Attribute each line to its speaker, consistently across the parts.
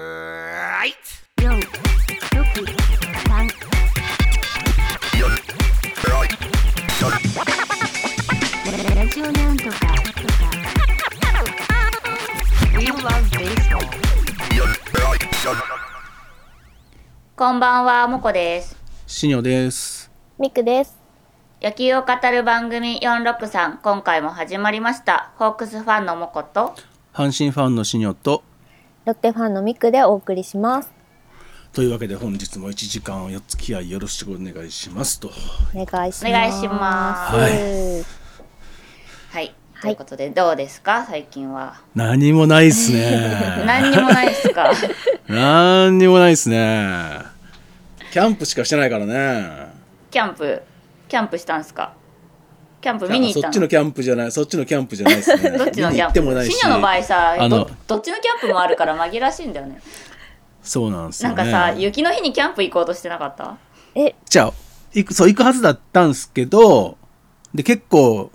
Speaker 1: はい
Speaker 2: 四、六、三、ラジオなんとかとか。
Speaker 1: We love baseball
Speaker 3: こんばんは、もこです。
Speaker 4: シニョです。
Speaker 5: ミクです。
Speaker 3: 野球を語る番組463、今回も始まりました。ホークスファンのもこと、
Speaker 4: 阪神ファンのシニョと、
Speaker 5: ロッテファンのミクでお送りします。
Speaker 4: というわけで本日も1時間お付き合いよろしくお願いしますと。
Speaker 5: お願いします。
Speaker 3: お願いしますはい。ということで、どうですか最近は。
Speaker 4: 何もないっす ね。
Speaker 3: 何にもないです か
Speaker 4: 何にもないっすね。キャンプしかしてないからね。
Speaker 3: キャンプ、キャンプしたんですかキャンプ見に行った
Speaker 4: そっちの
Speaker 3: の
Speaker 4: キャンプじゃない、そっちのキャンプじゃない っすね。
Speaker 3: どっちのキャン
Speaker 4: 見に行ってもな
Speaker 3: プ
Speaker 4: いし
Speaker 3: シニョの場合さ
Speaker 4: あの
Speaker 3: ど、どっちのキャンプもあるから紛らわしいんだよね。
Speaker 4: そうなんです
Speaker 3: な
Speaker 4: よ
Speaker 3: ん
Speaker 4: ね。
Speaker 3: かさ、雪の日にキャンプ行こうとしてなかった
Speaker 5: え、
Speaker 4: じゃあ、行く、そう、行くはずだったんですけど、で、結構、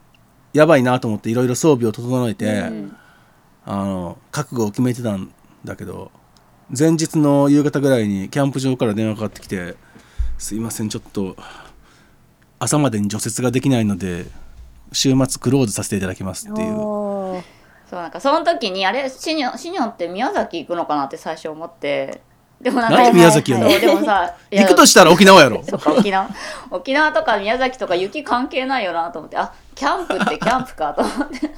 Speaker 4: やばいなと思って、いろいろ装備を整えて、あの、覚悟を決めてたんだけど、前日の夕方ぐらいに、キャンプ場から電話かかってきて、すいません、ちょっと、朝までに除雪ができないので、週末クローズさせていただきますっていう。
Speaker 5: おー
Speaker 3: そうなんかその時にあれシニョンシニョンって宮崎行くのかなって最初思ってでもなんか
Speaker 4: なんで宮崎やねん
Speaker 3: そうでもさいや
Speaker 4: 行くとしたら沖縄やろ。
Speaker 3: そっか沖縄沖縄とか宮崎とか雪関係ないよなと思ってあキャンプってキャンプかと思って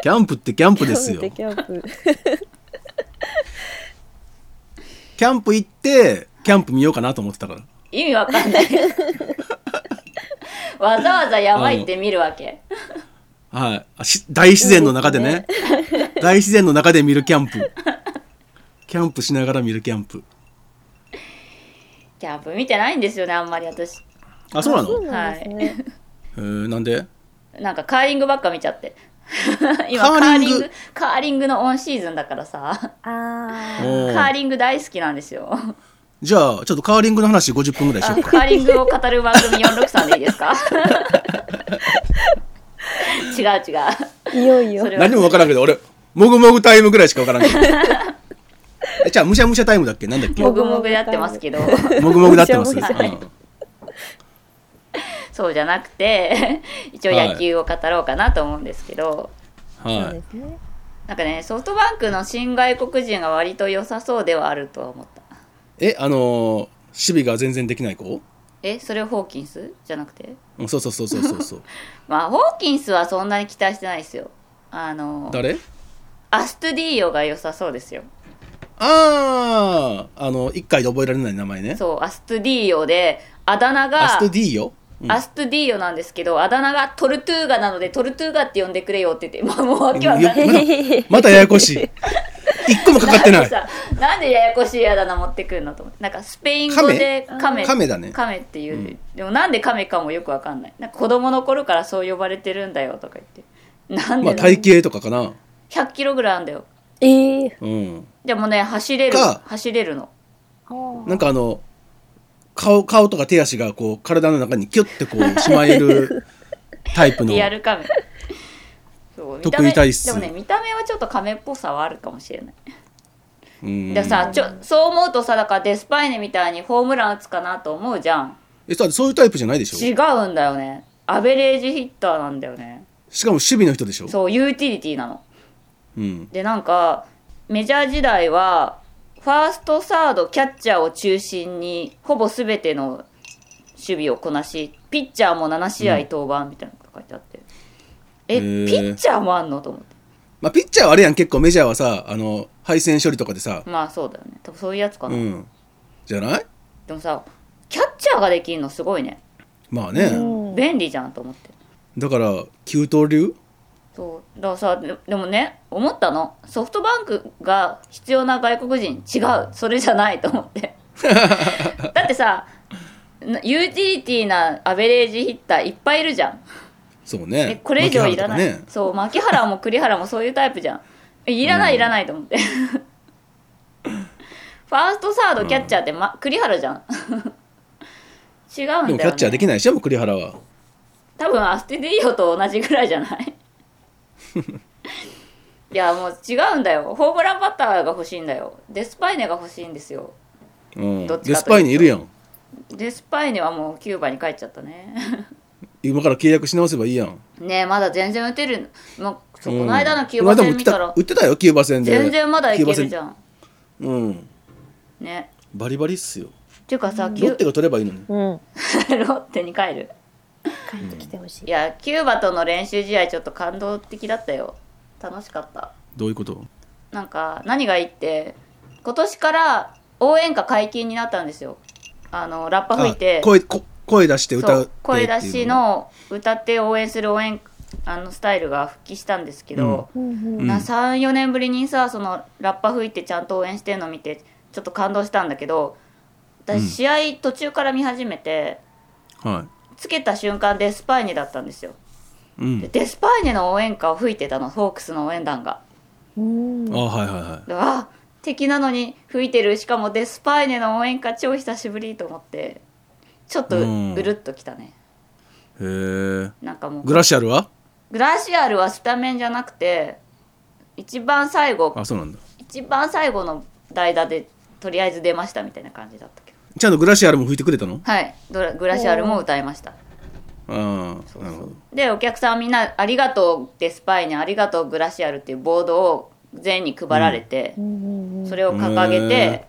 Speaker 4: キャンプってキャンプですよ。
Speaker 5: キャンプ。
Speaker 4: キャンプ行って、キャンプ見ようかなと思ってたから。
Speaker 3: 意味わかんない わざわざやばいって見るわけ
Speaker 4: はいあ、し大自然の中でね大自然の中で見るキャンプキャンプしながら見るキャンプ
Speaker 3: キャンプ見てないんですよねあんまり私
Speaker 4: あそうなの
Speaker 5: そうなんですね。
Speaker 4: えーなんで
Speaker 3: なんかカーリングばっか見ちゃって 今
Speaker 4: カ
Speaker 3: カ
Speaker 4: ー
Speaker 3: ー
Speaker 4: リ
Speaker 3: リ
Speaker 4: ン
Speaker 3: ン
Speaker 4: グ
Speaker 3: グカーリングのオンシーズンだからさ
Speaker 5: あ
Speaker 4: お
Speaker 5: ー
Speaker 3: カ
Speaker 4: ー
Speaker 3: ーリング大好きなんですよ
Speaker 4: じゃあちょっとカーリングの話50分ぐらいしようか
Speaker 3: カーリングを語る番組463でいいですか違う違う
Speaker 5: いよいよ
Speaker 3: そ。れは
Speaker 4: 何も分からんけど俺もぐもぐタイムぐらいしか分からんけど えじゃあむしゃむしゃタイムだっけなんだっけ
Speaker 3: もぐもぐやってますけど
Speaker 4: もぐもぐだってます
Speaker 5: むしゃむしゃ
Speaker 4: うん
Speaker 3: そうじゃなくて一応野球を語ろうかなと思うんですけど、
Speaker 5: そう
Speaker 4: はい
Speaker 5: ですね。
Speaker 3: なんかねソフトバンクの新外国人が割と良さそうではあるとは思った
Speaker 4: えあのー守備が全然できない子
Speaker 3: えそれホーキンスじゃなくて
Speaker 4: うんそうそうそうそうそうそう
Speaker 3: まあホーキンスはそんなに期待してないですよあの
Speaker 4: 誰
Speaker 3: アストゥディーヨが良さそうですよ
Speaker 4: あああの一回で覚えられない名前ね
Speaker 3: そうアストゥディーヨであだ名が
Speaker 4: アストディーヨうん
Speaker 3: アストゥディーヨなんですけどあだ名がトルトゥーガなのでトルトゥーガって呼んでくれよって言って、まあ、もうわけわかんない
Speaker 4: まだ まだややこしい。一個もかかってない。
Speaker 3: さなんでややこしいあだ名持ってくるのと思ってなんかスペイン語でカメ
Speaker 4: カメだね
Speaker 3: カメっていう、でもなんでカメかもよくわかんないなんか子供の頃からそう呼ばれてるんだよとか言ってなん
Speaker 4: ま
Speaker 3: で
Speaker 4: あ
Speaker 3: だ、
Speaker 4: 体型とかかな。
Speaker 3: 100キロぐらいあんだよ
Speaker 5: ええ。
Speaker 4: うん。
Speaker 3: でもね走れる
Speaker 4: か
Speaker 3: 走れるの
Speaker 4: なんかあの、顔、顔とか手足がこう、体の中にキュッてこう、しまえる タイプの。
Speaker 3: リアルカメそう見た
Speaker 4: 得
Speaker 3: 目
Speaker 4: 意体質
Speaker 3: でもね見た目はちょっとカメっぽさはあるかもしれない
Speaker 4: うん。
Speaker 3: でさちょそう思うとさだからデスパイネみたいにホームラン打つかなと思うじゃん
Speaker 4: え、そうそういうタイプじゃないでし
Speaker 3: 違
Speaker 4: ょ
Speaker 3: うんだよねアベレージヒッターなんだよね
Speaker 4: しかも守備の人でしょ
Speaker 3: そうユーティリティなの
Speaker 4: うん。
Speaker 3: でなんかメジャー時代はファーストサードキャッチャーを中心にほぼ全ての守備をこなしピッチャーも7試合登板みたいなこと書いてあって、え
Speaker 4: へー
Speaker 3: ピッチャーもあんのと思って
Speaker 4: まあ、ピッチャーはあれやん、結構メジャーはさ、あの、配線処理とかでさ、
Speaker 3: まあそうだよね多分そういうやつか
Speaker 4: う
Speaker 3: な、
Speaker 4: ん。じゃない
Speaker 3: でもさキャッチャーができるのすごいね
Speaker 4: まあね。
Speaker 5: うん。
Speaker 3: 便利じゃんと思って
Speaker 4: だから、急騰流
Speaker 3: そうだからさででもね思ったのソフトバンクが必要な外国人違うそれじゃないと思って だってさなユーティリティなアベレージヒッターいっぱいいるじゃん
Speaker 4: そう
Speaker 3: え
Speaker 4: ね。
Speaker 3: これ以上いらない、
Speaker 4: 牧原とかね、
Speaker 3: そう牧原も栗原もそういうタイプじゃんえいらない、いらないと思って ファーストサードキャッチャーって、ま、栗原じゃん違うんだよ、ね、
Speaker 4: でもキャッチャーできないでしょ、もう栗原は。
Speaker 3: 多分アステディーヨと同じぐらいじゃないいやもう違うんだよホームランバッターが欲しいんだよデスパイネが欲しいんですよ
Speaker 4: うん、
Speaker 3: どっちかというと
Speaker 4: デスパイにいるやん
Speaker 3: デスパイネはもうキューバに帰っちゃったね
Speaker 4: 今から契約し直せばいいやん
Speaker 3: ねえまだ全然打てるもうそう
Speaker 4: うん
Speaker 3: この間のキューバ
Speaker 4: まあで
Speaker 3: 戦
Speaker 4: も
Speaker 3: 見たら
Speaker 4: 売ってた売ってたよキューバ戦で
Speaker 3: 全然まだいけるじ
Speaker 4: ん
Speaker 3: ゃん
Speaker 4: うん
Speaker 3: ね
Speaker 4: バリバリっすよ
Speaker 3: っていうかさキ
Speaker 4: ロッ
Speaker 3: ュ
Speaker 4: テが取ればいいのに
Speaker 5: うん。
Speaker 3: ロッテに帰る
Speaker 5: 帰ってきてほし
Speaker 3: い
Speaker 5: い。
Speaker 3: やキューバとの練習試合ちょっと感動的だったよ楽しかった
Speaker 4: どういうこと
Speaker 3: なんか何がいいって今年から応援歌解禁になったんですよあのラッパ吹いて
Speaker 4: あ声こ声出して
Speaker 3: そう
Speaker 4: 歌うってって
Speaker 3: 声
Speaker 4: いう
Speaker 3: 出しの歌って応援する応援あのスタイルが復帰したんですけど、
Speaker 5: うん
Speaker 4: うん
Speaker 3: な34年ぶりにさそのラッパ吹いてちゃんと応援してるの見てちょっと感動したんだけど
Speaker 4: うん
Speaker 3: 私試合途中から見始めて、
Speaker 4: は
Speaker 3: つけた瞬間デスパイネだったんですよ
Speaker 4: い、うん
Speaker 3: で、デスパイネの応援歌を吹いてたのホークスの応援団が。
Speaker 5: うん。
Speaker 4: あはいはいは
Speaker 3: であ敵なのに吹いてるしかもデスパイネの応援歌超久しぶりと思ってちょっと
Speaker 4: うん
Speaker 3: うるっときたね、
Speaker 4: いへえ
Speaker 3: なんかもう
Speaker 4: グラシアルは
Speaker 3: グラシアルはスタメンじゃなくて一番最後
Speaker 4: あそうなんだ
Speaker 3: 一番最後の代打でとりあえず出ましたみたいな感じだったけど
Speaker 4: ちゃんとグラシアルも吹いてくれたの
Speaker 3: はいドラグラシアルも歌いました
Speaker 4: ああなるほど
Speaker 3: でお客さんみんな「ありがとう」デスパイネ「ありがとうグラシアル」っていうボードを全員に配られて、それを掲げて、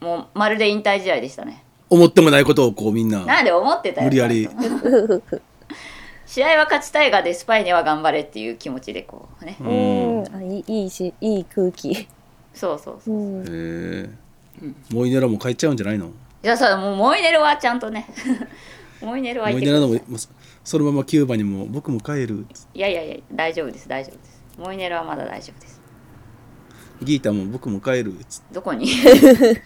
Speaker 3: もうまるで引退試合でしたね
Speaker 4: 思ってもないことをこうみんな
Speaker 3: なんで思ってたよ
Speaker 4: 無理やり
Speaker 3: 試合は勝ちたいがデスパイネは頑張れっていう気持ちでこうね、
Speaker 5: うん。あ、いい、いいし、いい空気。
Speaker 3: そうそうそう
Speaker 5: うん。
Speaker 4: へえモイネラも帰っちゃうんじゃないの
Speaker 3: じゃあさもうモイネルはちゃんとね モイネルは
Speaker 4: モ
Speaker 3: い
Speaker 4: イ
Speaker 3: て
Speaker 4: ネ
Speaker 3: く
Speaker 4: ラ
Speaker 3: ださ
Speaker 4: の
Speaker 3: い
Speaker 4: ももうそのままキューバにも僕も帰る
Speaker 3: いやいやいや大丈夫です大丈夫ですモイネルはまだ大丈夫です
Speaker 4: ギータも僕も帰る
Speaker 3: どこに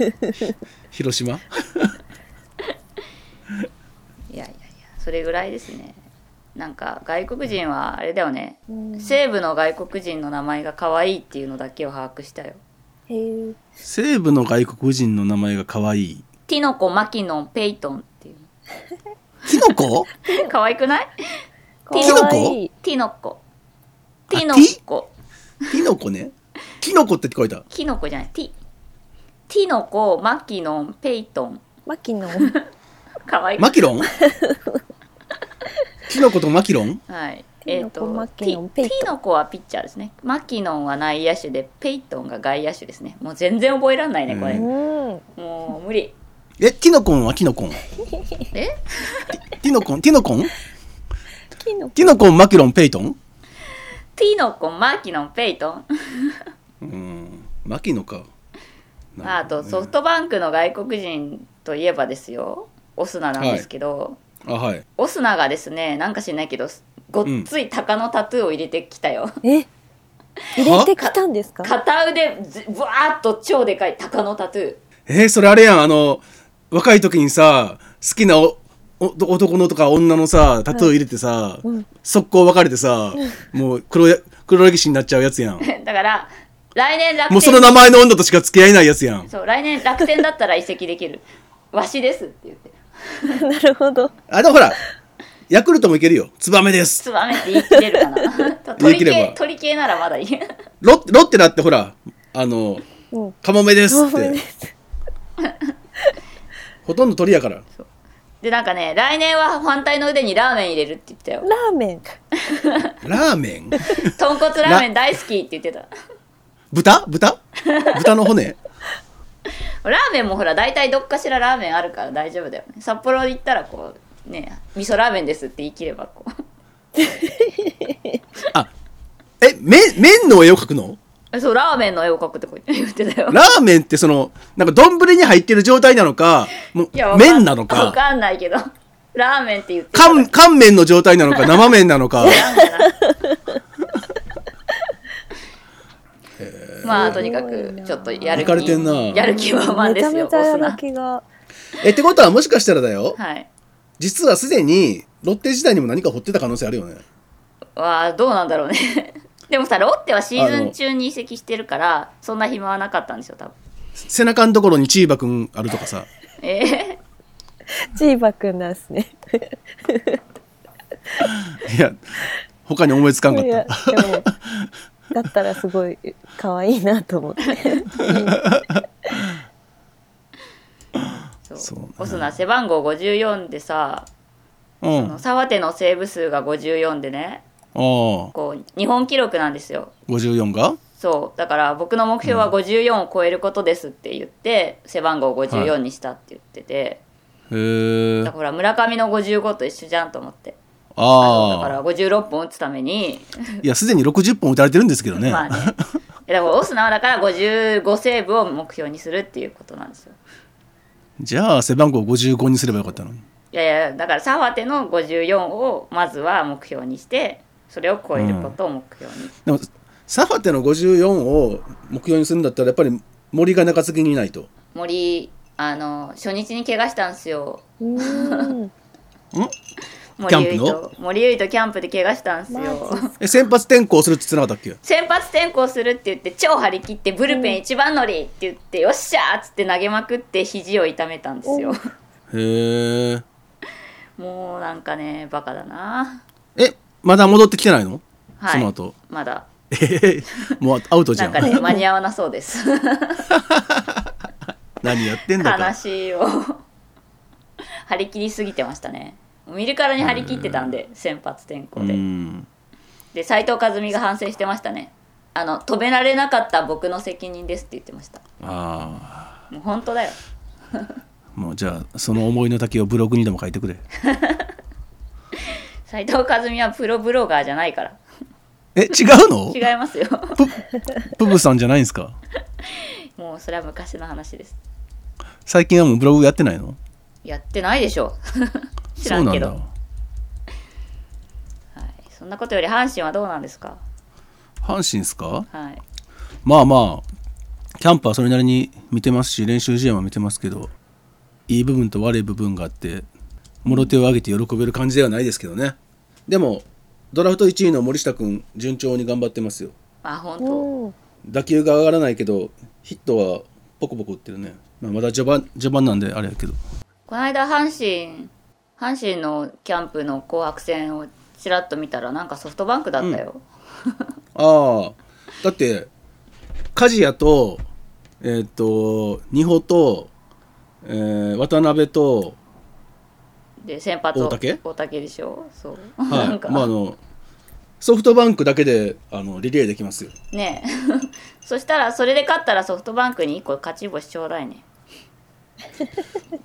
Speaker 4: 広島
Speaker 3: いやいやいやそれぐらいですねなんか外国人はあれだよね、西部の外国人の名前が可愛いっていうのだけを把握したよ
Speaker 5: へえ。
Speaker 4: 西部の外国人の名前が可愛い
Speaker 3: ティノコマキノンペイトンっていう
Speaker 4: キノコ
Speaker 3: 可愛くない
Speaker 5: か
Speaker 4: キノコ
Speaker 5: わいい。
Speaker 3: ティノコティ
Speaker 4: ィ
Speaker 3: ノコ
Speaker 4: キノコねキノコって聞こえた
Speaker 3: キノコじゃないティティノコマキノンペイトン
Speaker 5: マキ ノン。
Speaker 3: 可愛い
Speaker 4: マキロンキノコとマキロン
Speaker 3: はい。
Speaker 5: ティノコマキノンペイトン
Speaker 3: ティノコはピッチャーですね。マキノンは内野手で、ペイトンが外野手ですね。もう全然覚えらんないね、これ。
Speaker 5: うん。
Speaker 3: もう無理。
Speaker 4: えティノコンはキノコン
Speaker 3: え
Speaker 4: ティノコンティノコン
Speaker 5: キノ
Speaker 4: ティノコンマキロンペイトン
Speaker 3: ティノコ、マキノン、ペイトン。
Speaker 4: うんマキノか
Speaker 3: あと、ソフトバンクの外国人といえばですよ。オスナなんですけど、
Speaker 4: あはい
Speaker 3: オスナがですね、なんか知んないけど、ごっつい鷹のタトゥーを入れてきたよ。
Speaker 5: え。入れてきたんですか。
Speaker 3: 片腕、ずぶわーっと超でかい鷹のタトゥー。
Speaker 4: えー、それあれやんあの若い時にさ好きなおお男のとか女のさタトゥー入れてさ、速攻別れてさ、もう黒や黒歴史になっちゃうやつ やん
Speaker 3: だから、来年楽天
Speaker 4: もうその名前の女としか付き合えないやつやん
Speaker 3: そう来年楽天だったら移籍できる わしですって言って
Speaker 5: なるほど。
Speaker 4: あでもほらヤクルトもいけるよツバメです
Speaker 3: つばめって言い切れるかな
Speaker 4: 言い
Speaker 3: 鳥
Speaker 4: 切れ
Speaker 3: 系
Speaker 4: ば
Speaker 3: 鳥系ならまだい い
Speaker 4: ロッロッテだってほらあの
Speaker 5: うん。
Speaker 4: カモメですっ
Speaker 5: カモメ
Speaker 4: て
Speaker 5: で
Speaker 4: ほとんど鳥やから
Speaker 3: でなんかね来年は反対の腕にラーメン入れるって言ってたよ
Speaker 5: ラーメン。
Speaker 4: ラーメン
Speaker 3: 豚骨ラーメン大好きって言ってた
Speaker 4: 豚豚豚の骨
Speaker 3: ラーメンもほら大体どっかしらラーメンあるから大丈夫だよね札幌行ったらこうね味噌ラーメンですって言い切ればこう
Speaker 4: え麺麺の絵を描くの
Speaker 3: そうラーメンの絵を描くってこう言ってたよ
Speaker 4: ラーメンってそのなんか丼に入ってる状態なのかもう
Speaker 3: いやわかん
Speaker 4: 麺なの
Speaker 3: わ
Speaker 4: か
Speaker 3: かんないけどラーメンって言ってた
Speaker 4: 乾乾麺の状態なのか生麺なのか
Speaker 3: まあとにかくちょっとやる
Speaker 4: 浮かれてんな
Speaker 3: 気やる気は満
Speaker 5: め
Speaker 3: で
Speaker 5: ちゃ
Speaker 3: す
Speaker 5: め
Speaker 3: よオ
Speaker 5: ちゃや
Speaker 3: ス
Speaker 5: る
Speaker 3: ナ
Speaker 5: 気が。
Speaker 4: えってことはもしかしたらだよ
Speaker 3: はい
Speaker 4: 実はすでにロッテ時代にも何か掘ってた可能性あるよね
Speaker 3: わあどうなんだろうね でもさロッテはシーズン中に移籍してるからそんな暇はなかったんですよ多分
Speaker 4: 背中のところにチーバくんあるとかさ
Speaker 3: え
Speaker 5: チーバくんなんですね。
Speaker 4: いや他に思いつかんかっ
Speaker 5: いや
Speaker 4: た
Speaker 5: でもだったらすごい可愛いなと思って。
Speaker 3: そう
Speaker 4: そうね
Speaker 3: オスナ背番号54でさ
Speaker 4: う
Speaker 3: あ
Speaker 4: ん。
Speaker 3: の
Speaker 4: あ
Speaker 3: 沢手のセーブ数が54でね
Speaker 4: あー、
Speaker 3: こう日本記録なんですよ
Speaker 4: 54が
Speaker 3: そうだから僕の目標は54を超えることですって言って、背番号54にしたって言ってて、
Speaker 4: へ
Speaker 3: だ
Speaker 4: え
Speaker 3: か。ら村上の55と一緒じゃんと思ってだか
Speaker 4: ああ。
Speaker 3: ら56本打つために、
Speaker 4: いや、すでに60本打たれてるんですけどね。
Speaker 3: まあねえだからオスナはだから55セーブを目標にするっていうことなんですよ
Speaker 4: じゃあ、背番号55にすればよかったのに。
Speaker 3: いやいやだから沢手の54をまずは目標にしてそれを超えることを目標に、
Speaker 4: でも、サファテの54を目標にするんだったら、やっぱり森が中継ぎにいないと。
Speaker 3: 森あの初日に怪我したんですよ
Speaker 5: うーん。
Speaker 3: 森
Speaker 4: キャン
Speaker 3: 唯
Speaker 4: プの
Speaker 3: と森唯とキャンプで怪我したんですよ
Speaker 5: マジ
Speaker 4: え、先発転向するって言ってなかったっけ
Speaker 3: 先発転向するって言って超張り切ってブルペン一番乗りって言って、よっしゃーっつって投げまくって肘を痛めたんですよ
Speaker 4: へえ。
Speaker 3: もうなんかねバカだな
Speaker 4: え、まだ戻ってきてないの、
Speaker 3: はい
Speaker 4: その後。
Speaker 3: まだ
Speaker 4: えへへ もうアウトじ
Speaker 3: な
Speaker 4: ゃ
Speaker 3: ん
Speaker 4: ん。
Speaker 3: かね間に合わなそうです
Speaker 4: 何やってんだ
Speaker 3: 悲
Speaker 4: か。
Speaker 3: しいよ張り切りすぎてましたね見るからに張り切ってたんで先発転
Speaker 4: う
Speaker 3: 向で、
Speaker 4: ん。
Speaker 3: で斉藤和美が反省してましたねあの飛べられなかった僕の責任ですって言ってました
Speaker 4: ああ。
Speaker 3: もう本当だよ
Speaker 4: もうじゃあ、その思いの丈をブログにでも書いてくれ。
Speaker 3: 斉藤和美はプロブロガーじゃないから
Speaker 4: え、違うの
Speaker 3: 違い ますよ
Speaker 4: プブさんじゃないんですか
Speaker 3: もうそれは昔の話です
Speaker 4: 最近はもうブログやってないの
Speaker 3: やってないでしょ知らんけどそ
Speaker 4: そ
Speaker 3: う
Speaker 4: なんんだ。
Speaker 3: はい、そんなことより阪神はどうなんですか
Speaker 4: 阪神ですか
Speaker 3: はい
Speaker 4: まあまあ、キャンプはそれなりに見てますし、練習試合も見てますけど、いい部分と悪い部分があって、もろ手を挙げて喜べる感じではないですけどね。でも、ドラフト1位の森下君、順調に頑張ってますよ。
Speaker 3: あ本当
Speaker 5: うん。
Speaker 4: 打球が上がらないけど、ヒットはポコポコ打ってるね。まあ、まだ序盤序盤なんであれやけど。
Speaker 3: この間阪神阪神のキャンプの紅白戦をちらっと見たらなんかソフトバンクだったよ、
Speaker 4: ああ、だって、梶谷と、えーっ、と、二保と、えー渡辺と、
Speaker 3: で先発
Speaker 4: 大竹
Speaker 3: 大竹でしょそう、
Speaker 4: は
Speaker 3: なん
Speaker 4: い、
Speaker 3: か、
Speaker 4: まああのソフトバンクだけであのリレーできますよ。
Speaker 3: ね えそしたらそれで勝ったらソフトバンクに1個勝ち星ちょうだいね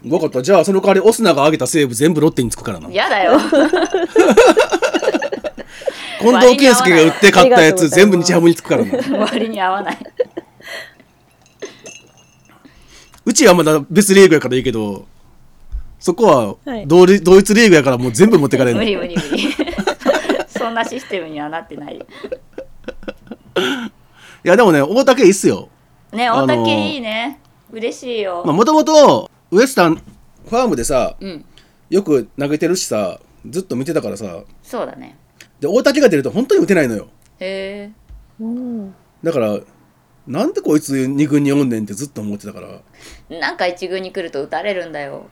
Speaker 4: 分かった。じゃあその代わりオスナが挙げたセーブ全部ロッテにつくからな。
Speaker 3: やだよ
Speaker 4: 近藤健介が打って勝ったやつ全部日ハムにつくからな。
Speaker 3: 割に合わ ないう
Speaker 4: ちはまだ別リーグやからいいけど、そこ
Speaker 5: は
Speaker 4: はい同,、同一リーグやからもう全部持ってかれる
Speaker 3: 無理無理無理 そんなシステムにはなってない
Speaker 4: いやでもね、大竹いいっすよ。
Speaker 3: ね
Speaker 4: あの
Speaker 3: 大
Speaker 4: ー
Speaker 3: 竹いいね、嬉しいよ、
Speaker 4: まあもともとウエスタンファームでさ、
Speaker 3: うん
Speaker 4: よく投げてるしさ、ずっと見てたからさ、
Speaker 3: そうだね
Speaker 4: で大竹が出ると本当に打てないのよ。
Speaker 3: へえ
Speaker 5: うん。
Speaker 4: だから、なんでこいつ二軍におんねんってずっと思ってたから。
Speaker 3: なんか一軍に来ると打たれるんだよ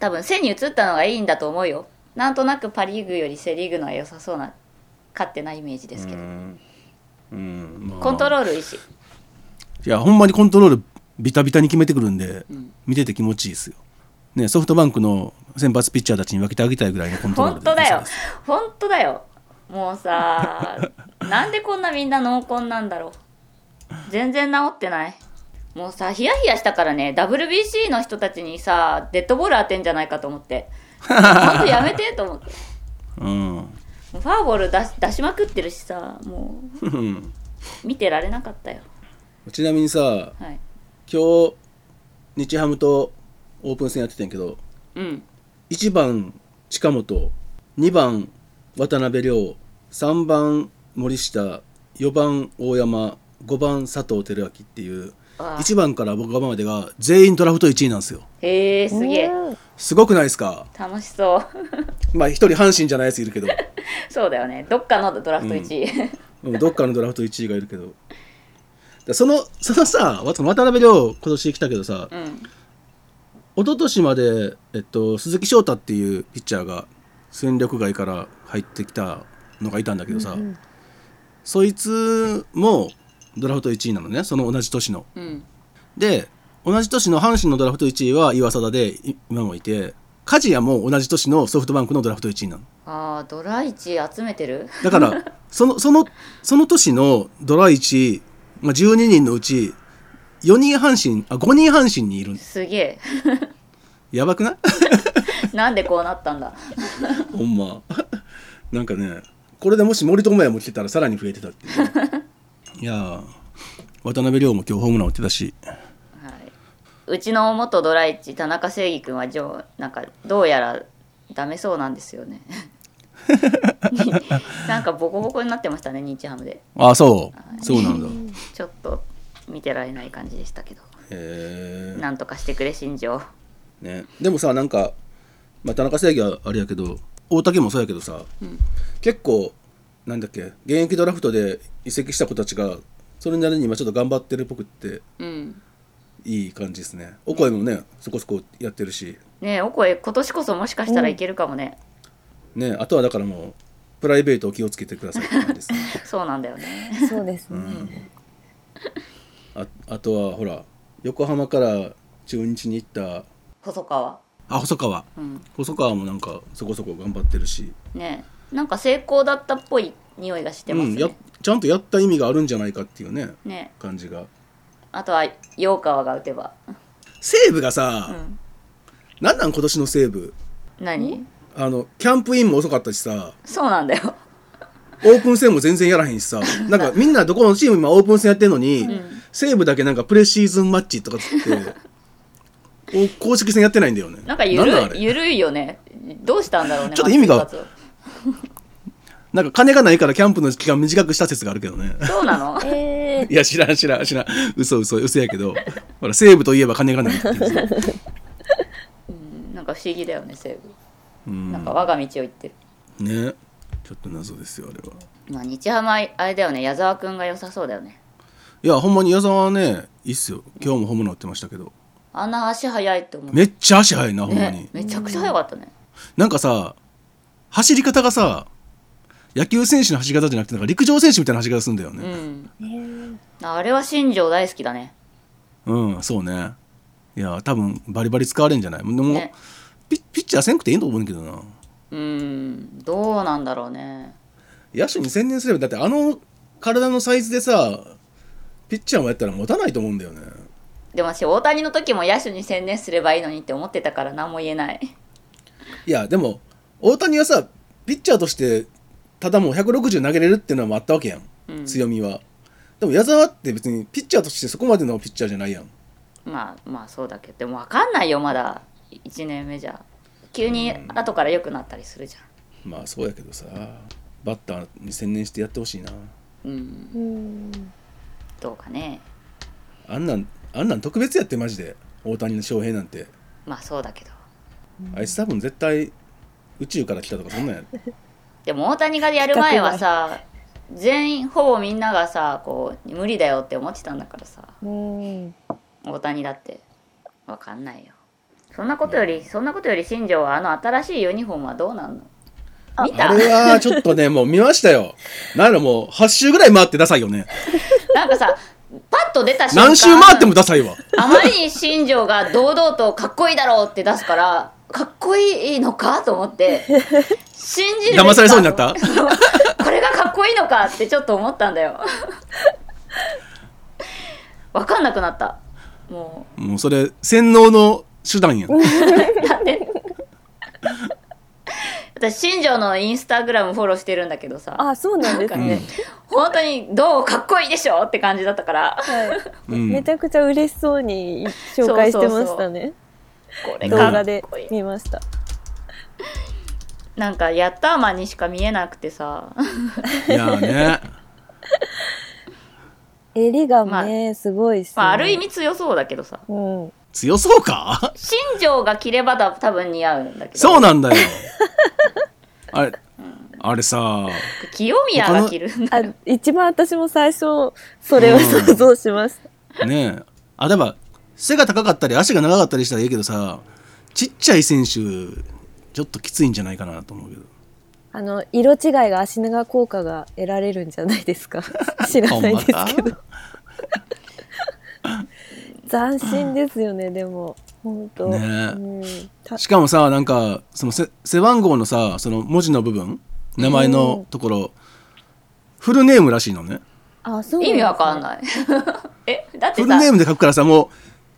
Speaker 3: 多分背に移ったのがいいんだと思うよなんとなくパ・リーグよりセ・リーグのは良さそうな勝手なイメージですけど、
Speaker 4: うんうんまあ
Speaker 3: コントロールいいし
Speaker 4: いやほんまにコントロールビタビタに決めてくるんで、
Speaker 3: ん
Speaker 4: 見てて気持ちいいですよ、ね、ソフトバンクの先発ピッチャーたちに分けてあげたいぐらいのコントロール
Speaker 3: 本当だよ
Speaker 4: です
Speaker 3: 本当だよもうさ なんでこんなみんな濃厚なんだろう全然治ってないもうさヒヤヒヤしたからね WBC の人たちにさデッドボール当てんじゃないかと思って本当やめてと思って
Speaker 4: うん
Speaker 3: もうファーボール出し出しまくってるしさもう見てられなかったよ
Speaker 4: ちなみにさ
Speaker 3: はい
Speaker 4: 今日日ハムとオープン戦やってたんやけど
Speaker 3: うん
Speaker 4: 1番近本2番渡辺亮3番森下4番大山5番佐藤輝明っていう
Speaker 3: あ
Speaker 4: 1番から僕がまでが全員ドラフト1位なんですよ
Speaker 3: へえすげえ
Speaker 5: うん
Speaker 4: すごくないですか
Speaker 3: 楽しそう
Speaker 4: まあ一人阪神じゃないやついるけど、
Speaker 3: そうだよねどっかのドラフト1位、
Speaker 4: うんどっかのドラフト1位がいるけど。だその、そのさ、わその渡辺亮、今年来たけどさ、
Speaker 3: うん、
Speaker 4: 一昨年まで、えっと、鈴木翔太っていうピッチャーが戦力外から入ってきたのがいたんだけどさ、そいつもドラフト1位なのねその同じ年の
Speaker 3: うん
Speaker 4: で同じ年の阪神のドラフト1位は岩貞でい今もいて梶谷も同じ年のソフトバンクのドラフト1位なの
Speaker 3: ああドライチ集めてる
Speaker 4: だからそのそのその年のドラ1、まあ、12人のうち4人阪神あ5人阪神にいる
Speaker 3: すげえ
Speaker 4: やばくない
Speaker 3: なんでこうなったんだ
Speaker 4: ほんまなんかねこれでもし森友哉も来てたらさらに増えてたっていういやー渡辺亮も今日ホームラン打ってたし
Speaker 3: はいうちの元ドライチ田中正義君はじょなんかどうやらダメそうなんですよねなんかボコボコになってましたね日ハムで
Speaker 4: ああそうそうなんだ
Speaker 3: ちょっと見てられない感じでしたけど
Speaker 4: へ
Speaker 3: なんとかしてくれ新庄
Speaker 4: え、ね、でもさなんか、まあ、田中正義はあれやけど大竹もそうやけどさ、
Speaker 3: ん
Speaker 4: 結構なんだっけ現役ドラフトで移籍した子たちがそれなりに今ちょっと頑張ってるっぽくって
Speaker 3: うん
Speaker 4: いい感じですねお声もねそこそこやってるし
Speaker 3: ねえおこえ今年こそもしかしたらいけるかもね、
Speaker 4: ねあとはだからもうプライベートを気をつけてくださいって感じですね
Speaker 3: そうなんだよね
Speaker 5: そうですね。
Speaker 4: ああとはほら横浜から中日に行った
Speaker 3: 細川
Speaker 4: あ細川
Speaker 3: うん
Speaker 4: 細川もなんかそこそこ頑張ってるし
Speaker 3: ねえなんか成功だったっぽい匂いがしてます
Speaker 4: うん、や
Speaker 3: ね、
Speaker 4: ちゃんとやった意味があるんじゃないかっていうね
Speaker 3: ねえ
Speaker 4: 感じが
Speaker 3: あとは陽川が打てば
Speaker 4: 西武がさ、
Speaker 3: ん
Speaker 4: なんなん今年の西武
Speaker 3: 何
Speaker 4: あのキャンプインも遅かったしさ
Speaker 3: そうなんだ よ
Speaker 4: オープン戦も全然やらへんし さなんかみんなどこのチーム今オープン戦やってんのに、西武だけなんかプレシーズンマッチとかっつ ってお公式戦やってないんだよね
Speaker 3: なんかゆる
Speaker 4: なんあれ
Speaker 3: ゆるいよねどうしたんだろうね
Speaker 4: ちょっと意味が
Speaker 3: 松井活
Speaker 4: なんか金がないからキャンプの期間短くした説があるけど ね
Speaker 3: 動そうな の
Speaker 5: ええ
Speaker 4: いや知らん知らん知らん嘘嘘嘘やけどほら西武といえば金がないっていう さ
Speaker 3: うんなんか不思議だよね西
Speaker 4: うん
Speaker 3: 武なんか我が道を行ってる、
Speaker 4: ねちょっと謎ですよあれは
Speaker 3: まあ日ハムはあれだよね矢沢君が良さそうだよね
Speaker 4: いやほんまに矢沢はねいいっすよ今日もホームラン打ってましたけど
Speaker 3: あんな足速いと思う
Speaker 4: めっちゃ足速いなほんまに
Speaker 3: ね、めちゃくちゃ速かったね
Speaker 4: なんかさ走り方がさ野球選手の走り方じゃなくてなんか陸上選手みたいな走り方するんだよ
Speaker 3: う
Speaker 4: ね
Speaker 3: んあれは新庄大好きだね
Speaker 4: うん、そうねいや多分バリバリ使われんじゃないでも、
Speaker 3: ね
Speaker 4: ピピッチャーせんくていいと思うんだけどな
Speaker 3: うんどうなんだろうね
Speaker 4: 野手に専念すればだってあの体のサイズでさピッチャーもやったら持たないと思うんだよね
Speaker 3: でも私大谷の時も野手に専念すればいいのにって思ってたから何も言えない
Speaker 4: いやでも大谷はさピッチャーとしてただもう160投げれるっていうのもあったわけやん、
Speaker 3: うん
Speaker 4: 強みはでも矢沢って別にピッチャーとしてそこまでのピッチャーじゃないやん
Speaker 3: まあまあそうだけどでも分かんないよまだ1年目じゃ急に後から良くなったりするじ
Speaker 4: まあそうやけどさバッターに専念してやってほしいな
Speaker 3: ゃんうん
Speaker 5: うん。
Speaker 3: どうかね
Speaker 4: あんなんあんなん特別やってマジで大谷の翔平なんて
Speaker 3: まあそうだけど
Speaker 4: あいつ多分絶対宇宙から来たとかそん なんや
Speaker 3: でも大谷がやる前はさ全員ほぼみんながさこう無理だよって思ってたんだからさ
Speaker 5: うん。
Speaker 3: 大谷だって分かんないよそんなことよりそんなことより新庄はあの新しいユニフォームはどうなんの見た
Speaker 4: あれはちょっとねもう見ましたよなんらもう8周ぐらい回ってダサいよね
Speaker 3: なんかさパッと出た瞬間
Speaker 4: 何周回ってもダサいわ
Speaker 3: あまりに新庄が堂々とかっこいいだろうって出すから、かっこいいのかと思って、信じるべきか
Speaker 4: 騙されそうになった
Speaker 3: これがかっこいいのかってちょっと思ったんだよ。わかんなくなった。も
Speaker 4: もうそれ洗脳の手段やん
Speaker 3: う、だって。私、新庄のインスタグラムフォローしてるんだけどさ、
Speaker 5: あ、そうなんですね。
Speaker 3: 本当にどうかっこいいでしょって感じだったから、
Speaker 5: はい。
Speaker 4: うん
Speaker 5: めちゃくちゃ嬉しそうに紹介してましたね。
Speaker 3: これ
Speaker 4: そうそうそう
Speaker 5: 動
Speaker 3: か
Speaker 5: 画
Speaker 3: っ
Speaker 5: で
Speaker 3: こいい。
Speaker 5: 見ました。
Speaker 3: なんか、ヤッターマンにしか見えなくてさ、
Speaker 4: いやーね
Speaker 5: 襟がね、すごいっすね。
Speaker 3: まあ、ある意味強そうだけどさ。
Speaker 5: うん。
Speaker 4: 強そ うか
Speaker 3: 新庄が着ればだ多分似合うんだけど
Speaker 4: そうなんだよあれあれさ
Speaker 3: 清宮が着るんだ
Speaker 5: あ、一番私も最初、それを想像しました。
Speaker 4: ねえあ例えば背が高かったり足が長かったりしたらいいけどさちっちゃい選手ちょっときついんじゃないかなと思うけど
Speaker 5: あの色違いが足長効果が得られるんじゃないです か知らないですけど斬新ですよねでも本当、
Speaker 4: ね
Speaker 5: うん、た
Speaker 4: しかもさなんかそのせ背番号のさその文字の部分名前のところ、フルネームらしいのね
Speaker 5: あそう
Speaker 3: 意味わかん
Speaker 5: い
Speaker 3: ないえだって
Speaker 4: フル
Speaker 3: さ
Speaker 4: ネームで書くからさもう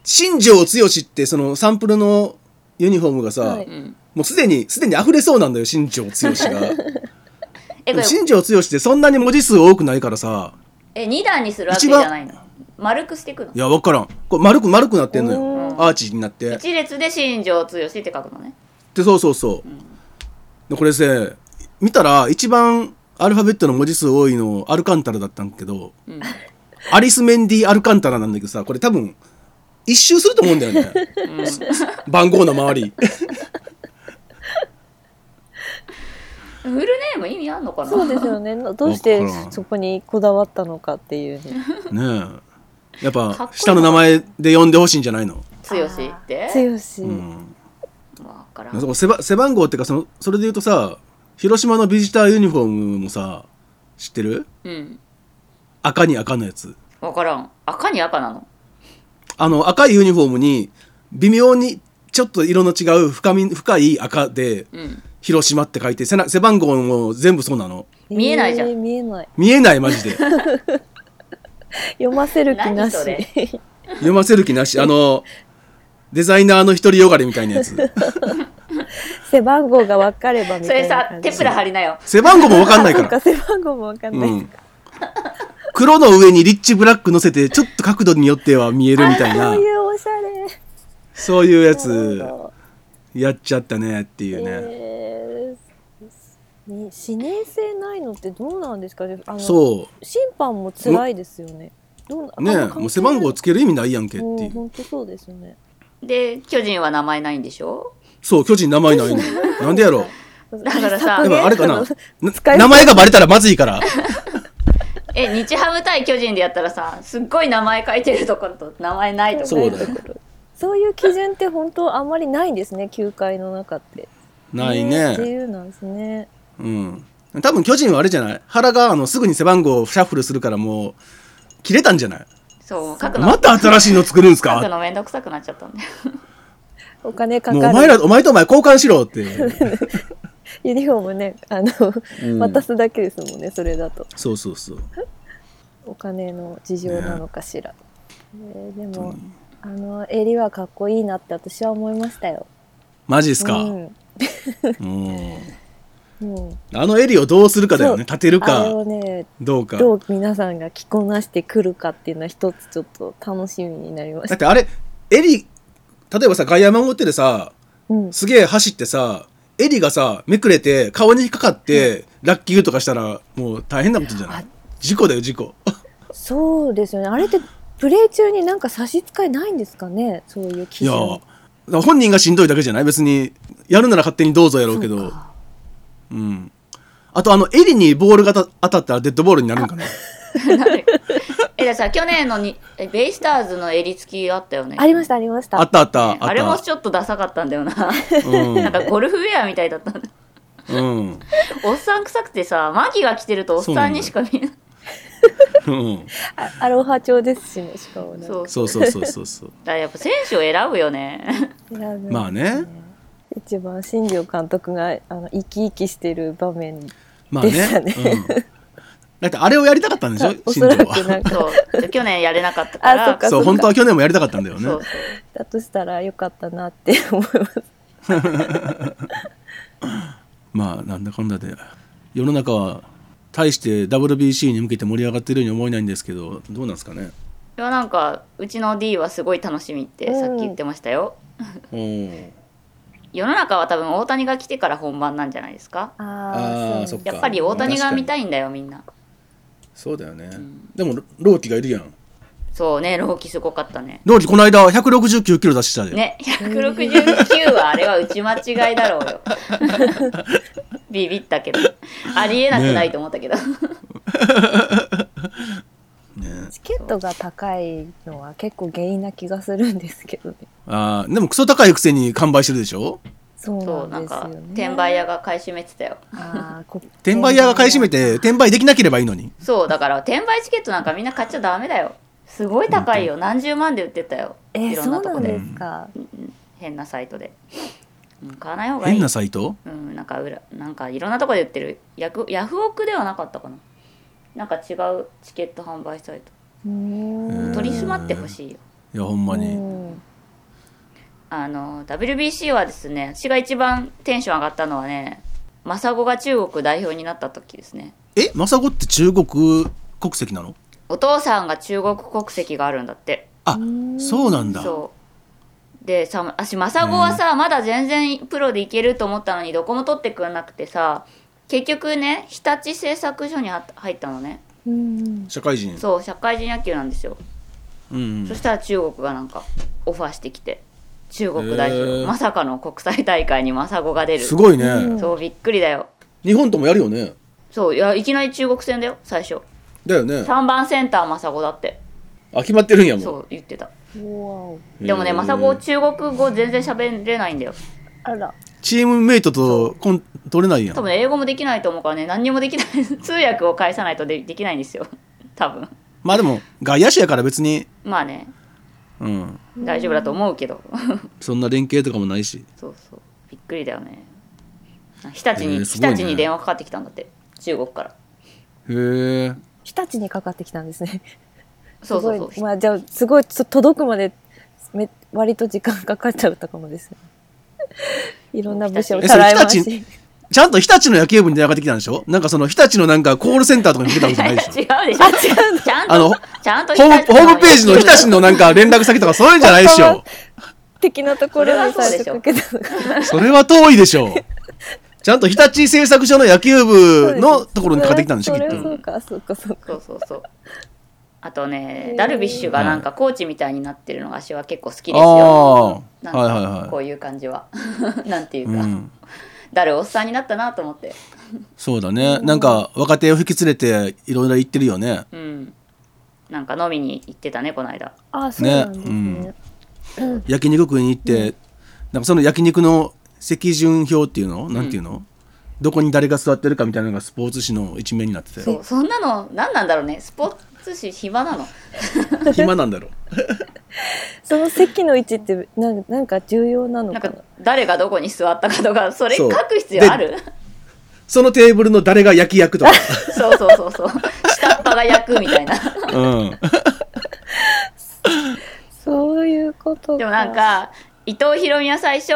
Speaker 4: 新庄剛志ってそのサンプルのユニフォームがさ、
Speaker 5: はい
Speaker 3: うん
Speaker 4: もうすでにすでに溢れそうなんだよ新庄剛志 が
Speaker 3: え
Speaker 4: で
Speaker 3: こ
Speaker 4: も
Speaker 3: れ
Speaker 4: 新庄剛志ってそんなに文字数多くないからさ
Speaker 3: え2段にするわけじゃないの丸くしていくの
Speaker 4: いや分からんこれ丸く丸くなってんのよ
Speaker 5: お
Speaker 4: アーチになって
Speaker 3: 一列で新庄剛志って書くのね
Speaker 4: でそうそうそう、でこれせ見たら一番アルファベットの文字数多いのアルカンタラだったんだけど、
Speaker 3: ん
Speaker 4: アリス・メンディ・アルカンタラなんだけどさこれ多分一周すると思うんだよね、 番号の周り
Speaker 3: フルネーム意味あんのかな
Speaker 5: そうですよ ねどうして
Speaker 4: わからん
Speaker 5: そこにこだわったのかっていうね
Speaker 4: ねえやっ
Speaker 3: かっこ
Speaker 4: ぱ
Speaker 3: いい
Speaker 4: 下の名前で呼んでほしいんじゃないの、
Speaker 3: 剛志って
Speaker 5: 強し、
Speaker 4: うん、
Speaker 3: わから
Speaker 4: そ
Speaker 3: ん
Speaker 4: こ背番背番号っていうかそのそれで言うとさ広島のビジターユニフォームもさ知ってる
Speaker 3: うん
Speaker 4: 赤に赤のやつ
Speaker 3: わからん赤に赤なの
Speaker 4: あの赤いユニフォームに微妙にちょっと色の違う深み深い赤で
Speaker 3: うん
Speaker 4: 「広島」って書いて背な背番号も全部そうなの
Speaker 3: 見えないじゃん
Speaker 5: ー見えない
Speaker 4: 見えないマジで
Speaker 5: 読ませる気な
Speaker 3: 何
Speaker 5: し
Speaker 3: それ
Speaker 4: 読ませる気なしあのデザイナーの独りよがりみたいなやつ
Speaker 5: 背番号が分かればみ
Speaker 3: そ
Speaker 5: た
Speaker 3: れ
Speaker 5: いな
Speaker 3: さ
Speaker 5: 感じ
Speaker 3: テプラ貼りなよ
Speaker 4: 背番号も分かんないか、
Speaker 5: そうから背番号も分かん
Speaker 4: う
Speaker 5: ない、
Speaker 4: ん、 黒の上にリッチブラック乗せてちょっと角度によっては見えるみたい
Speaker 5: そ
Speaker 4: な
Speaker 5: う いうおしゃれ
Speaker 4: そういうやつ
Speaker 5: なるほど
Speaker 4: やっちゃったねっていうね、
Speaker 5: えーに視認性ないのってどうなんですかねあの
Speaker 4: そ
Speaker 5: 審判も辛いですよねどう
Speaker 4: うねえもう背番号つける意味ないやんけ
Speaker 5: け
Speaker 4: って
Speaker 5: て
Speaker 4: いう
Speaker 5: 本当そうですね
Speaker 3: で巨人は名前ないんでしょ
Speaker 4: そう巨人名前 ないのなんでやろう
Speaker 3: だからさ
Speaker 5: 削
Speaker 4: で
Speaker 5: 減
Speaker 4: もあれかな
Speaker 5: その
Speaker 4: な
Speaker 5: 使い
Speaker 4: 名前がバレたらまずい から
Speaker 3: え日ハム対巨人でやったらさすっごい名前書いてるとこと名前ないとこ
Speaker 4: そうだよ
Speaker 5: そういう基準って本当あんまりないんですね球界の中って
Speaker 4: ない
Speaker 5: 自
Speaker 4: ね
Speaker 5: 由なんですね
Speaker 4: うん多分巨人はあれじゃない原があのすぐに背番号をシャッフルするからもう切れたんじゃない
Speaker 3: そう書くの
Speaker 4: また新しいの作るんです
Speaker 3: 書く
Speaker 4: か
Speaker 3: のめんどくさくなっちゃったんだよ
Speaker 5: お金か
Speaker 4: もう
Speaker 5: か
Speaker 4: お前
Speaker 5: る
Speaker 4: らお前とお前交換しろって
Speaker 5: ユニフォームねあの、
Speaker 4: ん
Speaker 5: 渡すだけですもんねそれだと
Speaker 4: そうそうそう
Speaker 5: お金の事情なのかしら、えーでも
Speaker 4: 本
Speaker 5: あの襟はかっこいいなって私は思いましたよ
Speaker 4: マジですか、
Speaker 5: うん
Speaker 4: も
Speaker 5: うん、
Speaker 4: うあの襟をどうするかだよね立てる
Speaker 5: あれ
Speaker 4: か
Speaker 5: をね
Speaker 4: どうか
Speaker 5: どう皆さんが着こなしてくるかっていうのは一つちょっと楽しみになりまし た
Speaker 4: だっ。てあれ襟例えばさ外野守っててさ
Speaker 5: うん、
Speaker 4: すげえ走ってさ襟がさめくれて顔に引っかかって、ラッキーとかしたらもう大変なことじゃない事故だよ事故
Speaker 5: そうですよねあれってプレー中になんか差し支えないんですかねそういう
Speaker 4: い
Speaker 5: 基
Speaker 4: や
Speaker 5: 準
Speaker 4: だから本人がしんどいだけじゃない別にやるなら勝手にどうぞやろうけ
Speaker 5: そう
Speaker 4: ど
Speaker 5: か
Speaker 4: うんあとあの襟にボールがた当たったらデッドボールになるんかな
Speaker 3: えだからさ去年のにえベイスターズの襟付きあったよね
Speaker 5: ありましたありました
Speaker 4: あったあったあった
Speaker 3: あれもちょっとダサかったんだよな
Speaker 4: うん
Speaker 3: なんかゴルフウェアみたいだったんだ
Speaker 4: うん
Speaker 3: おっさん臭くてさマギが着てるとおっさんにしか見えない
Speaker 4: うん
Speaker 5: あアロハ調ですしねしかもね
Speaker 3: そう
Speaker 4: そうそうそうそうそう
Speaker 3: だからやっぱ選手を選ぶよね
Speaker 5: 選ぶ
Speaker 4: まあね
Speaker 5: 一番新庄監督があの生き生きしてる場面で
Speaker 4: まあね
Speaker 5: したね
Speaker 4: うん、だってあれをやりたかったんでしょ
Speaker 5: お
Speaker 4: 新
Speaker 5: そ
Speaker 4: 庄
Speaker 5: らくな
Speaker 4: は
Speaker 5: んか
Speaker 3: そう去年やれなかったから
Speaker 5: あそっか
Speaker 4: そう本当は去年もやりたかったんだよね
Speaker 3: そう
Speaker 5: だとしたらよかったなって 思います
Speaker 4: まあなんだかんだで世の中は大して WBC に向けて盛り上がってるように思えないんですけどどうなんですかね
Speaker 3: いやなんかうちの D はすごい楽しみってさっき言ってましたよ、
Speaker 4: おー
Speaker 3: 世の中は多分大谷が来てから本番なんじゃないですか
Speaker 5: あ
Speaker 4: あー
Speaker 5: ーそ
Speaker 4: そっ
Speaker 5: う
Speaker 4: か
Speaker 3: やっぱり大谷が見たいんだよみんな
Speaker 4: そうだよね、でもロローキがいるやん
Speaker 3: そうね朗希すごかったね
Speaker 4: ローキこの間169キロ出したで、
Speaker 3: ね169はあれは打ち間違いだろ うよビビったけどありえなくないと思ったけど、
Speaker 5: チケットが高いのは結構原因な気がするんですけどね
Speaker 4: あーでもクソ高いくせに完売してるでしょ
Speaker 5: そ
Speaker 3: そう
Speaker 5: うな
Speaker 3: な
Speaker 5: ん
Speaker 3: ん
Speaker 5: ですよ
Speaker 3: か
Speaker 5: ね。
Speaker 3: 転売屋が買い占めてたよ
Speaker 5: あーこ
Speaker 4: 転売屋が買い占めて転売できなければいいのに
Speaker 3: そうだから転売チケットなんかみんな買っちゃダメだよすごい高いよ何十万で売ってたよ
Speaker 5: え
Speaker 3: い
Speaker 5: ー、
Speaker 3: ろん
Speaker 5: そ
Speaker 3: な
Speaker 5: う
Speaker 3: と
Speaker 5: な
Speaker 3: こ
Speaker 5: ん
Speaker 3: で
Speaker 5: ですか。
Speaker 3: 変なサイトで、うん、買わない方がいい
Speaker 4: 変なサイト
Speaker 3: うん、なんか裏なんかいろんなとこで売ってるヤクヤフオクではなかったかななんか違うチケット販売サイト
Speaker 5: うーん
Speaker 3: 取り締まってほしいよ
Speaker 4: いやほんま
Speaker 5: う
Speaker 4: に
Speaker 5: ん
Speaker 3: あの WBC はですね私が一番テンション上がったのはねマサゴが中国代表になった時ですね
Speaker 4: えマサゴって中国国籍なの
Speaker 3: お父さんが中国国籍があるんだって
Speaker 4: あそうなんだ
Speaker 3: そうでさ私マサゴはさ、まだ全然プロでいけると思ったのにどこも取ってくれなくてさ結局ね日立製作所には入ったのね
Speaker 5: うん
Speaker 4: 社会人
Speaker 3: そう社会人野球なんですよ
Speaker 4: うんうん
Speaker 3: そしたら中国がなんかオファーしてきて中国代表、
Speaker 4: へー
Speaker 3: まさかの国際大会にマサゴが出る
Speaker 4: すごいね、
Speaker 5: うん
Speaker 3: そうびっくりだよ
Speaker 4: 日本ともやるよね
Speaker 3: そういやいきなり中国戦だよ最初
Speaker 4: だよね
Speaker 3: 3番センターマサゴだって
Speaker 4: あ決まってるんやも
Speaker 3: そ
Speaker 4: ん
Speaker 3: う言ってた
Speaker 5: うん。わ
Speaker 3: でもね
Speaker 4: へー
Speaker 3: マサゴ中国語全然喋れないんだよ
Speaker 5: ああら。
Speaker 4: チームメイトとコン取れないやん
Speaker 3: 多分ね英語もできないと思うからね何にもできない 通訳を返さないとでできないんですよ多分
Speaker 4: まあでも外野手やから別に
Speaker 3: まあね
Speaker 4: うん
Speaker 3: 大丈夫だと思うけど
Speaker 4: そんな連携とかもないし
Speaker 3: そうそうびっくりだよね日立に、
Speaker 4: へーす
Speaker 3: 日
Speaker 4: ごいね
Speaker 3: 立に電話かかってきたんだって中国から
Speaker 4: へえ
Speaker 5: 日立にかかってきたんですね。
Speaker 3: そうそうそう
Speaker 5: すごいまあじゃあすごいつ届くまでめ割と時間かかっちゃったかもですね。いろんな部署を
Speaker 4: え
Speaker 5: た
Speaker 4: それ
Speaker 5: らい回
Speaker 4: 日立
Speaker 5: し。
Speaker 4: ちゃんと日立の野球部に電話がかかってきたんでしょなんかその日立のなんかコールセンターとかにかけたわけじゃない でしょ
Speaker 3: 違うでしょちゃん
Speaker 4: あの
Speaker 3: と、ちゃんと
Speaker 4: ホームホームページの日立のなんか連絡先とかそういうんじゃないでしょ
Speaker 5: 的なところに最初かけたのが。
Speaker 4: それは遠いでしょうちゃんと日立製作所の野球部のところにかかってきたんでしょ
Speaker 5: そ
Speaker 4: き
Speaker 5: れ
Speaker 4: っと
Speaker 5: はそうか、そうか、そうか。
Speaker 3: そうそうそう。あとね、ダルビッシュがなんかコーチみたいになってるのが私は結構好きですよ。
Speaker 4: あ
Speaker 3: な
Speaker 4: あ
Speaker 3: ん
Speaker 4: ーはいはい
Speaker 3: かこ
Speaker 4: は
Speaker 3: ういう感じは。 なんてい
Speaker 4: いう
Speaker 3: か、
Speaker 4: うん
Speaker 3: ダルおっさんになったなと思って。
Speaker 4: そうだねなんか若手を引き連れていろいろ行ってるよね
Speaker 3: うん。なんか飲みに行ってたね、この間。
Speaker 5: あ、そうなんです
Speaker 4: ね
Speaker 5: ね。
Speaker 4: 焼肉食いに行って、なんかその焼肉の席順表っていうのなんていうの、どこに誰が座ってるかみたいなのがスポーツ紙の一面になって
Speaker 3: そ
Speaker 4: て
Speaker 3: う、そんなの、何なんだろうね。スポーツ紙暇なの。
Speaker 4: 暇なんだろう
Speaker 5: その席の位置って、なんか、なんか重要なの
Speaker 3: なん
Speaker 5: か
Speaker 3: か
Speaker 5: な。
Speaker 3: 誰がどこに座ったかとか、それ
Speaker 4: そ
Speaker 3: 書
Speaker 4: う
Speaker 3: く必要ある
Speaker 4: そのテーブルの誰が焼き 役とか
Speaker 3: そうそうそうそう。下っ端が焼くみたいな。
Speaker 4: うん
Speaker 5: そういうことか。
Speaker 3: でもなん。か伊藤博美は最初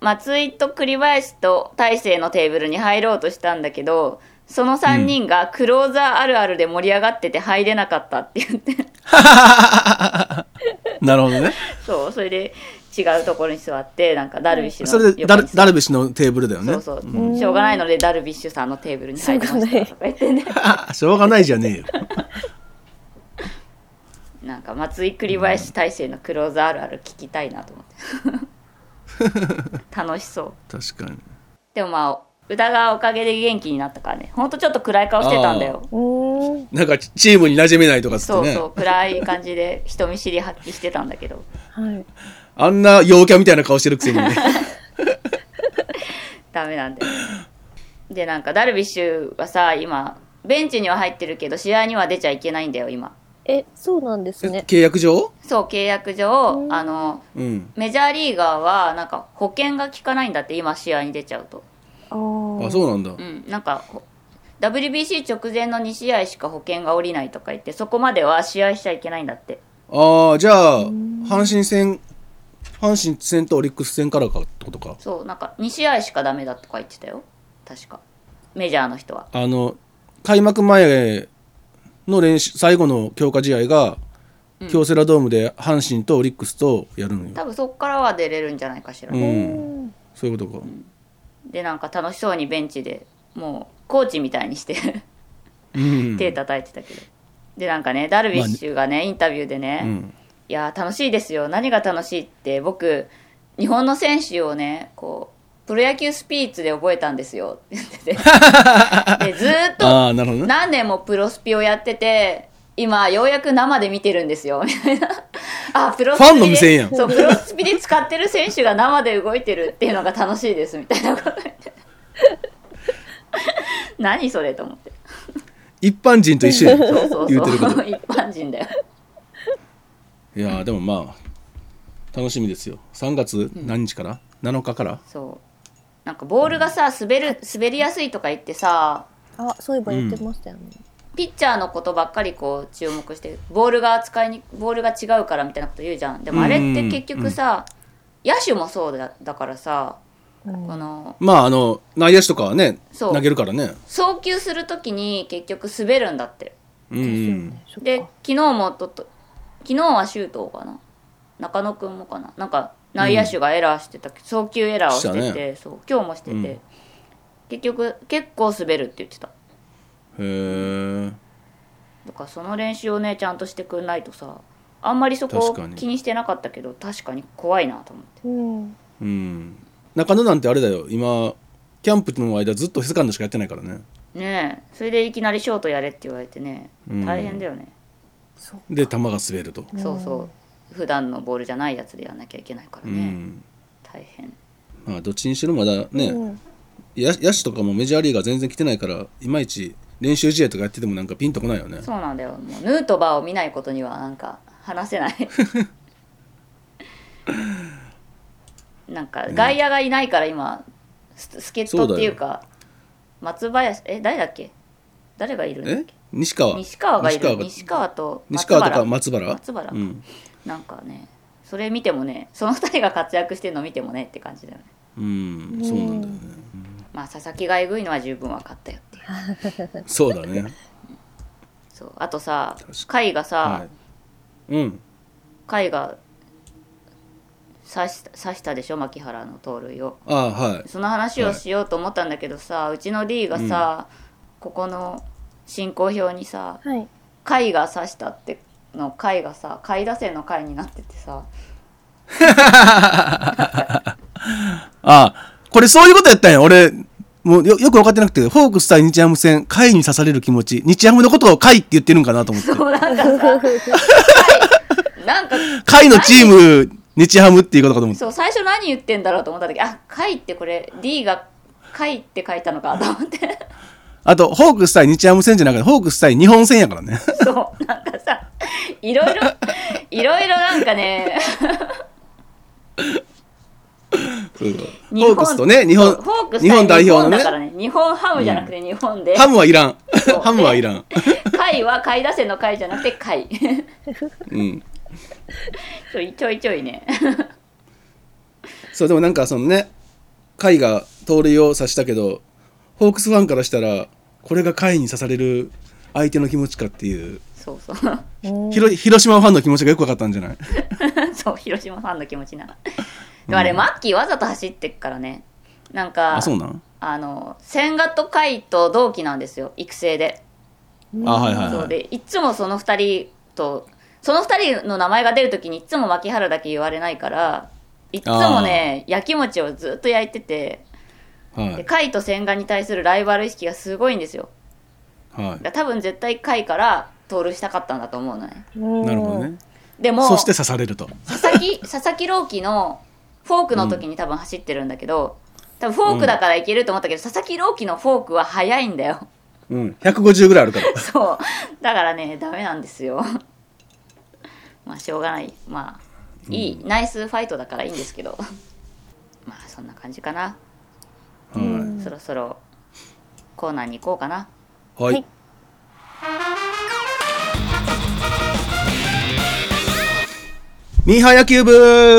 Speaker 3: 松井と栗林と大勢のテーブルに入ろうとしたんだけどその3人がクローザーあるあるで盛り上がってて入れなかったって言って
Speaker 4: なるほどね
Speaker 3: そうそれで違うところに座ってなんかダルビッシュ
Speaker 4: そ
Speaker 3: の
Speaker 4: れでダ
Speaker 3: 横
Speaker 4: ル
Speaker 3: に座
Speaker 4: ダ
Speaker 3: っ
Speaker 4: ルビッシュのテーブルだよ
Speaker 3: そ
Speaker 4: ね
Speaker 3: うそう、しょうがないのでダルビッシュさんのテーブルに入りま
Speaker 5: しょうがな
Speaker 3: し
Speaker 5: い
Speaker 3: たとか言ってね
Speaker 4: しょうがないじゃねえよ
Speaker 3: なんか松井栗林大勢のクローザーあるある聞きたいなと思 って楽しそう
Speaker 4: 確かに
Speaker 3: でもまあ歌がおかげで元気になったからねほんとちょっと暗い顔してたんだよ
Speaker 5: うーん。
Speaker 4: なんかチチームに馴染めないとかっつって
Speaker 3: そう
Speaker 4: ね
Speaker 3: そう暗い感じで人見知り発揮してたんだけど
Speaker 5: はい。
Speaker 4: あんな陽キャみたいな顔してるく せにね
Speaker 3: ダメ なんだよでなんかダルビッシュはさ今ベンチには入ってるけど試合には出ちゃいけないんだよ今
Speaker 5: え、そうなんですね。
Speaker 4: 契約上
Speaker 3: そう契約上あの
Speaker 4: うん
Speaker 3: メジャーリーガーはなんか保険が効かないんだって今試合に出ちゃうと
Speaker 5: ああ。
Speaker 4: あそうなんだ
Speaker 3: うんなんかほ WBC 直前の2試合しか保険が下りないとか言ってそこまでは試合しちゃいけないんだって
Speaker 4: ああじゃあ阪神戦阪神戦とオリックス戦からかってことか
Speaker 3: そうなんか2試合しかダメだとか言ってたよ確かメジャーの人は
Speaker 4: あの開幕前の練習最後の強化試合が、京セラドームで阪神とオリックスとやるのよ
Speaker 3: 多分そこからは出れるんじゃないかしら、
Speaker 4: う
Speaker 5: うんん。
Speaker 4: そういうことか
Speaker 3: でなんか楽しそうにベンチでもうコーチみたいにして
Speaker 4: うん
Speaker 3: 手叩いてたけど、でなんかねダルビッシュがねインタビューでね、
Speaker 4: うん
Speaker 3: いやー楽しいですよ何が楽しいって僕日本の選手をねこうプロ野球スピーツで覚えたんです よって言っててでずーっと
Speaker 4: ああなるほどね
Speaker 3: 何年もプロスピをやってて今ようやく生で見てるんですよ みたいなあプロス
Speaker 4: ファンの目線やん
Speaker 3: そうプロスピで使ってる選手が生で動いてるっていうのが楽しいですみたいな こと言って何それと思って
Speaker 4: 一般人と一緒やん
Speaker 3: そうそう
Speaker 4: 言
Speaker 3: そう
Speaker 4: てること
Speaker 3: 一般人だよ
Speaker 4: いやーでもまあ楽しみですよ3月何日から、7日から
Speaker 3: そうなんかボールがさ滑る滑りやすいとか言ってさ
Speaker 5: あ、そういえば言ってましたよね。
Speaker 3: ピッチャーのことばっかりこう注目してボールが扱いにボールが違うからみたいなこと言うじゃんでもあれって結局さ、野手もそうだだからさ、
Speaker 5: うん
Speaker 3: この
Speaker 4: まああの内野手とかはね
Speaker 3: そう
Speaker 4: 投げるからね
Speaker 3: 送球するときに結局滑るんだって
Speaker 4: うんうん
Speaker 5: そっか
Speaker 3: で昨日もとっと昨日は周東かな中野くんもかななんか内野手がエラーしてた、送球エラーをして
Speaker 4: して
Speaker 3: て、
Speaker 4: たね
Speaker 3: そう今日もしてて、
Speaker 4: うん
Speaker 3: 結局結構滑るって言ってた
Speaker 4: へえ
Speaker 3: だからその練習をねちゃんとしてくんないとさあんまりそ
Speaker 4: 確
Speaker 3: こ
Speaker 4: かに
Speaker 3: 気にしてなかったけど確かに怖いなと思って
Speaker 5: うん。
Speaker 4: うん中野なんてあれだよ今キャンプの間ずっとセカンドしかやってないからね
Speaker 3: ねえそれでいきなりショートやれって言われてね
Speaker 4: うん
Speaker 3: 大変だよね、
Speaker 5: そう。
Speaker 4: で球が滑ると、
Speaker 3: そうそう普段のボールじゃないやつでやんなきゃいけないから
Speaker 4: う
Speaker 3: ね、
Speaker 4: ん
Speaker 3: 大変
Speaker 4: まあどっちにしろまだね、
Speaker 5: うん。
Speaker 4: や野手とかもメジャーリーガー全然来てないからいまいち練習試合とかやっててもなんかピンとこないよね
Speaker 3: そうなんだよもうヌートバーを見ないことにはなんか話せない なんか外野がいないから今す助っ人っていうか松林え誰だっけ誰がいるんだっ
Speaker 4: え
Speaker 3: け
Speaker 4: 西川
Speaker 3: 西川がいる
Speaker 4: 西川が
Speaker 3: 西川と
Speaker 4: 西川とか
Speaker 3: 松
Speaker 4: 松原
Speaker 3: 原松原か
Speaker 4: うん、
Speaker 3: なんかねそれ見てもねその2人が活躍してるの見てもねって感じだよね
Speaker 4: うん、そうなんだよね
Speaker 3: まあ佐々木がえぐいのは十分分かったよっていう
Speaker 4: そうだね
Speaker 3: そうあとさ
Speaker 4: 確かに
Speaker 3: 甲斐が
Speaker 4: は
Speaker 3: さ
Speaker 4: いうん
Speaker 3: 甲斐、が刺した刺したでしょ牧原の盗塁を
Speaker 4: ああはい
Speaker 3: その話をしようと思ったんだけどさ、うちの D がさ、ここの進行表にさ
Speaker 5: はい。
Speaker 3: 甲斐が刺したっての甲斐がさ甲斐打線の甲斐になっててさ
Speaker 4: ああこれそういうことやったんや俺もうよよく分かってなくてフォークス対日ハム戦甲斐に刺される気持ち日ハムのことを甲斐って言ってるんかなと思って
Speaker 3: そうなんかさなんか
Speaker 4: 甲斐のチ ーム日ハムっていうことかと思って
Speaker 3: そう最初何言ってんだろうと思った時あ貝ってこれ D が貝って書いたのかと思って
Speaker 4: あとホークス対日ハム戦じゃなくてホークス対日本戦やからね
Speaker 3: そうなんかさいろいろいろいろなんかね
Speaker 4: そういうことホークスとね日本
Speaker 3: そうホークス
Speaker 4: 日本代表の
Speaker 3: だから
Speaker 4: ね
Speaker 3: ね日本ハムじゃなくて日本で、
Speaker 4: ハムはいらん
Speaker 3: そう
Speaker 4: ハムはいらん
Speaker 3: 貝は貝打線の貝じゃなくて貝
Speaker 4: うん
Speaker 3: ちょいちょいちょいね
Speaker 4: そうでもなんかそのね甲斐が盗塁を刺したけどホークスファンからしたらこれが甲斐に刺される相手の気持ちかっていう、
Speaker 3: そうそう
Speaker 4: ひろ広島ファンの気持ちがよく分かったんじゃない
Speaker 3: そう広島ファンの気持ちなでもあれ、マッキーわざと走ってっからねなんか
Speaker 4: あそうなん
Speaker 3: あの千賀と甲斐と同期なんですよ育成で。
Speaker 4: あはいはい
Speaker 3: そう
Speaker 4: はい
Speaker 3: でいつもその2人とその2人の名前が出るときにいつも牧原だけ言われないからいつもねやきもちをずっと焼いてて
Speaker 4: は
Speaker 3: で
Speaker 4: い
Speaker 3: 甲斐と千賀に対するライバル意識がすごいんですよだ
Speaker 4: は
Speaker 3: から多分絶対甲斐から盗塁したかったんだと思うのね
Speaker 4: い
Speaker 5: な
Speaker 4: なるほどね
Speaker 3: でも
Speaker 4: そして刺されると
Speaker 3: 佐々木佐々木朗希のフォークの時に多分走ってるんだけど、多分フォークだからいけると思ったけど、佐々木朗希のフォークは速いんだよ
Speaker 4: うん150ぐらいあるから
Speaker 3: そうだからねダメなんですよまあしょうがないまあいい、ナイスファイトだからいいんですけどまあそんな感じかな、
Speaker 4: は
Speaker 3: そろそろコーナーに行こうかない
Speaker 4: はいミーハー野球部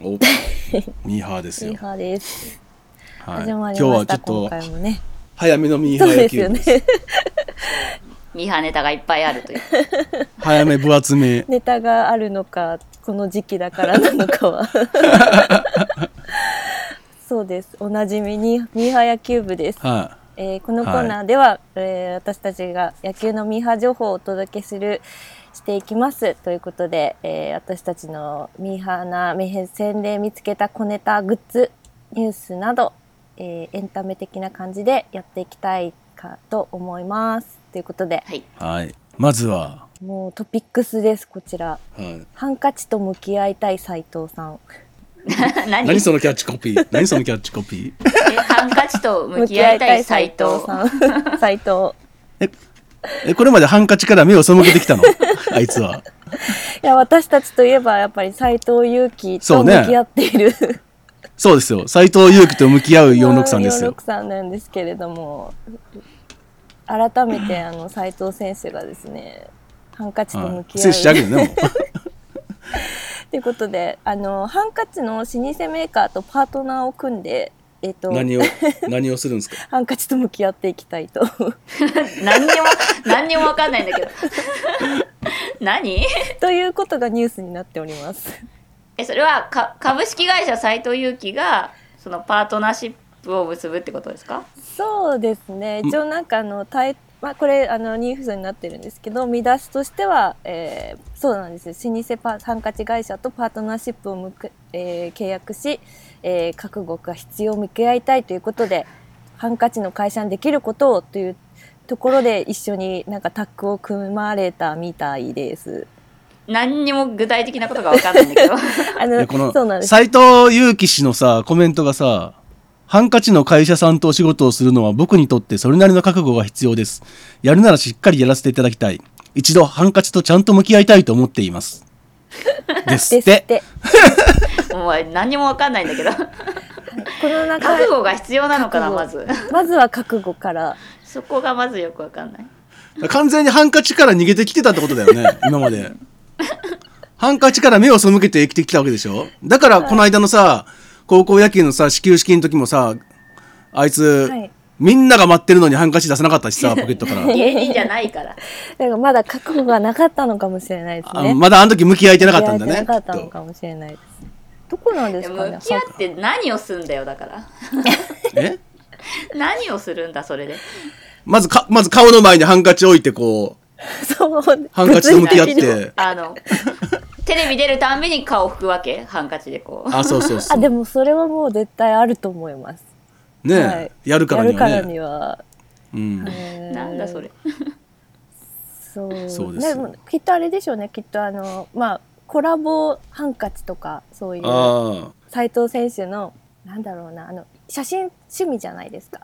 Speaker 4: おミーハーです
Speaker 5: ミー
Speaker 4: よ、
Speaker 5: ハーです。
Speaker 4: はい、
Speaker 5: 始まりま
Speaker 4: 今
Speaker 5: し
Speaker 4: 日
Speaker 5: た。
Speaker 4: はちょっ
Speaker 5: 今
Speaker 4: と
Speaker 5: 回もね。
Speaker 4: 早めのミーハ
Speaker 5: そう
Speaker 4: ー野
Speaker 5: です
Speaker 4: 球
Speaker 5: よ
Speaker 4: 部
Speaker 5: ね。
Speaker 3: ミーハーネタがいっぱいあるという
Speaker 4: 早め分厚め
Speaker 5: ネタがあるのか、この時期だからなのか は。そうです。おなじみにミーハー野球部です。
Speaker 4: は
Speaker 5: えーこのコーナーでは、えー私たちが野球のミーハー情報をお届けするしていきますということで、えー私たちのミーハーな目線で見つけた小ネタグッズニュースなど、えーエンタメ的な感じでやっていきたいかと思います。ということで、
Speaker 3: はい。
Speaker 4: はい。まずは、
Speaker 5: もうトピックスです、こちら。
Speaker 4: はい、
Speaker 5: ハンカチと向き合いたい斉藤さん。
Speaker 3: 何
Speaker 4: 何そのキャッチコピー何そのキャッチコピー
Speaker 3: えハンカチと向き合いたい斎藤。
Speaker 5: さん。斉藤。
Speaker 4: え、これまでハンカチから目を背けてきた のあいつは。
Speaker 5: いや、私たちといえば、やっぱり斉藤佑樹
Speaker 4: そ
Speaker 5: と
Speaker 4: うね
Speaker 5: 向き合っている、
Speaker 4: そうですよ。斎藤佑樹と向き合う46さんですよ
Speaker 5: 46。さんなんですけれども、改めて、あの、斉藤選手がですね、ハンカチと
Speaker 4: は
Speaker 5: 向き
Speaker 4: い。
Speaker 5: 合
Speaker 4: 精
Speaker 5: う。
Speaker 4: 子してあげるね、もう。
Speaker 5: ということで、あの、ハンカチの老舗メーカーとパートナーを組んで、えっ、と、
Speaker 4: 何を、何をするんですか
Speaker 5: ハンカチと向き合っていきたいと。
Speaker 3: 何にも、何にもわかんないんだけど。 何
Speaker 5: ということがニュースになっております。
Speaker 3: え、それはか株式会社斎藤佑樹が、そのパートナーシップを結ぶってことですか
Speaker 5: そうですね。一応なんかあの、タイまあ、これあのニュースになってるんですけど見出しとしては、えーそうなんですよ老舗パハンカチ会社とパートナーシップをむく、えー契約し、えー覚悟が必要を向き合いたいということでハンカチの会社にできることをというところで一緒になんかタッグを組まれたみたい です。
Speaker 3: 何にも具体的なことがわかんないんだけど。
Speaker 5: あ
Speaker 4: い
Speaker 5: の
Speaker 4: やこの
Speaker 5: そうなんです
Speaker 4: 斎藤佑樹氏のさコメントがさハンカチの会社さんとお仕事をするのは僕にとってそれなりの覚悟が必要ですやるならしっかりやらせていただきたい一度ハンカチとちゃんと向き合いたいと思ってい ますです
Speaker 5: で
Speaker 4: っ
Speaker 5: すってて
Speaker 3: お前何にもわかんないんだけど。
Speaker 5: この中
Speaker 3: 覚悟が必要なのかな、ま
Speaker 5: 覚
Speaker 3: ず。
Speaker 5: まずは覚悟から
Speaker 3: そこがまずよくわか んない。
Speaker 4: 完全にハンカチから逃げてきてたってことだよ ね今までハンカチから目を背けて生きてきたわけでしょだからこの間のさ高校野球のさ始球式の時もさあいつ、
Speaker 5: はい
Speaker 4: みんなが待ってるのにハンカチ出さなかったし さポケットから
Speaker 3: 芸人じゃないから。
Speaker 5: なんかまだ覚悟がなかったのかもしれないです
Speaker 4: あ
Speaker 5: ね。
Speaker 4: まだあの時向き合えてなかったんだね。
Speaker 5: 出会えてなかった
Speaker 4: き
Speaker 5: の
Speaker 4: っと
Speaker 5: かもしれないです。どこなんですかね
Speaker 3: 向。き合って何をすんだよ、だから。
Speaker 4: え
Speaker 3: 何をするんだ、それで。
Speaker 4: まずか、まず顔の前にハンカチ置いてこう、
Speaker 5: そう。
Speaker 4: ハンカチと向き合っ
Speaker 5: 物理的に。
Speaker 4: て。
Speaker 3: あの、テレビ出るたんびに顔拭くわけハンカチでこう。
Speaker 4: あ、そうそう そ
Speaker 5: あ、
Speaker 4: う。
Speaker 5: でもそれはもう絶対あると思います。
Speaker 4: ねえ、
Speaker 5: はい
Speaker 4: やるからには
Speaker 5: やるから
Speaker 4: ね。
Speaker 5: には。
Speaker 4: うん。
Speaker 3: なんだそれ。
Speaker 5: そう。
Speaker 4: そうですよ
Speaker 5: もきっとあれでしょうね。きっとあの、まあ、コラボハンカチとか、そういう、
Speaker 4: あ
Speaker 5: 斎藤選手の、なんだろうな、あの、写真趣味じゃないですか。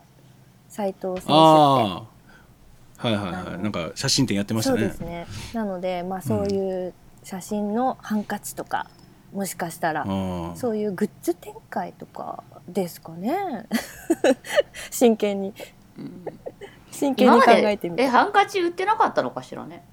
Speaker 5: 斎藤選手っ
Speaker 4: あ。
Speaker 5: て。
Speaker 4: ああ。はいはい
Speaker 5: あ
Speaker 4: は
Speaker 5: の
Speaker 4: い。なんか写真展やってました
Speaker 5: そうで
Speaker 4: ね
Speaker 5: す。ね。なので、まあ、そういう写真のハンカチとか、もしかしたら、
Speaker 4: ああ
Speaker 5: そういうグッズ展開とかですか ね。真剣に、真剣
Speaker 3: 今
Speaker 5: に
Speaker 3: ま
Speaker 5: 考え
Speaker 3: で
Speaker 5: てみ、
Speaker 3: え、
Speaker 5: て。
Speaker 3: ハンカチ売ってなかったのかしらね。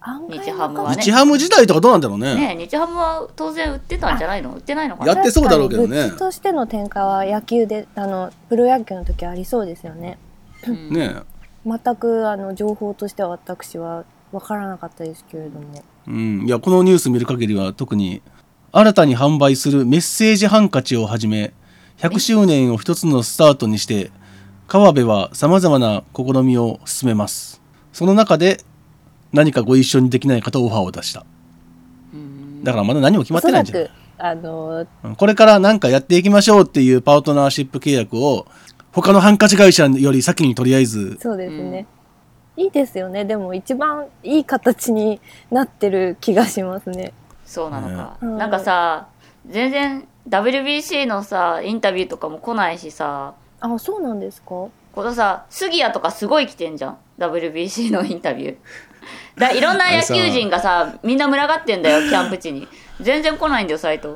Speaker 5: 案外
Speaker 3: 日ハムはね
Speaker 4: 日ハム時代とかどうなんだろうね。
Speaker 3: ねえ日ハムは当然売ってたんじゃないの売ってないのかな
Speaker 4: やってそうだろうけどね
Speaker 5: 確かにグッズとしての展開は野球で、あのプロ野球の時ありそうですよね。
Speaker 3: うん
Speaker 4: ね
Speaker 5: 全くあの情報としては私は分からなかったですけれども。
Speaker 4: え。うん。いや、このニュース見る限りは特に、新たに販売するメッセージハンカチをはじめ、100周年を一つのスタートにして、川辺はさまざまな試みを進めます。その中で、何かご一緒にできないかとオファーを出した。
Speaker 3: うん
Speaker 4: だからまだ何も決ま
Speaker 5: お
Speaker 4: って
Speaker 5: そ
Speaker 4: な
Speaker 5: ら
Speaker 4: いんじゃない
Speaker 5: くあの
Speaker 4: うんこれから何かやっていきましょうっていうパートナーシップ契約を、他のハンカチ会社より先にとりあえず、
Speaker 5: そうですね。いいですよね。でも一番いい形になってる気がしますね。
Speaker 3: そうなのか。
Speaker 5: うん
Speaker 3: なんかさ、全然 WBC のさ、インタビューとかも来ないしさ、
Speaker 5: あ、そうなんですか。
Speaker 3: このさ、杉谷とかすごい来てんじゃん。WBC のインタビュー。だいろんな野球人がさ、みんな群がってんだよ、キャンプ地に。全然来ないんだよ、斎藤。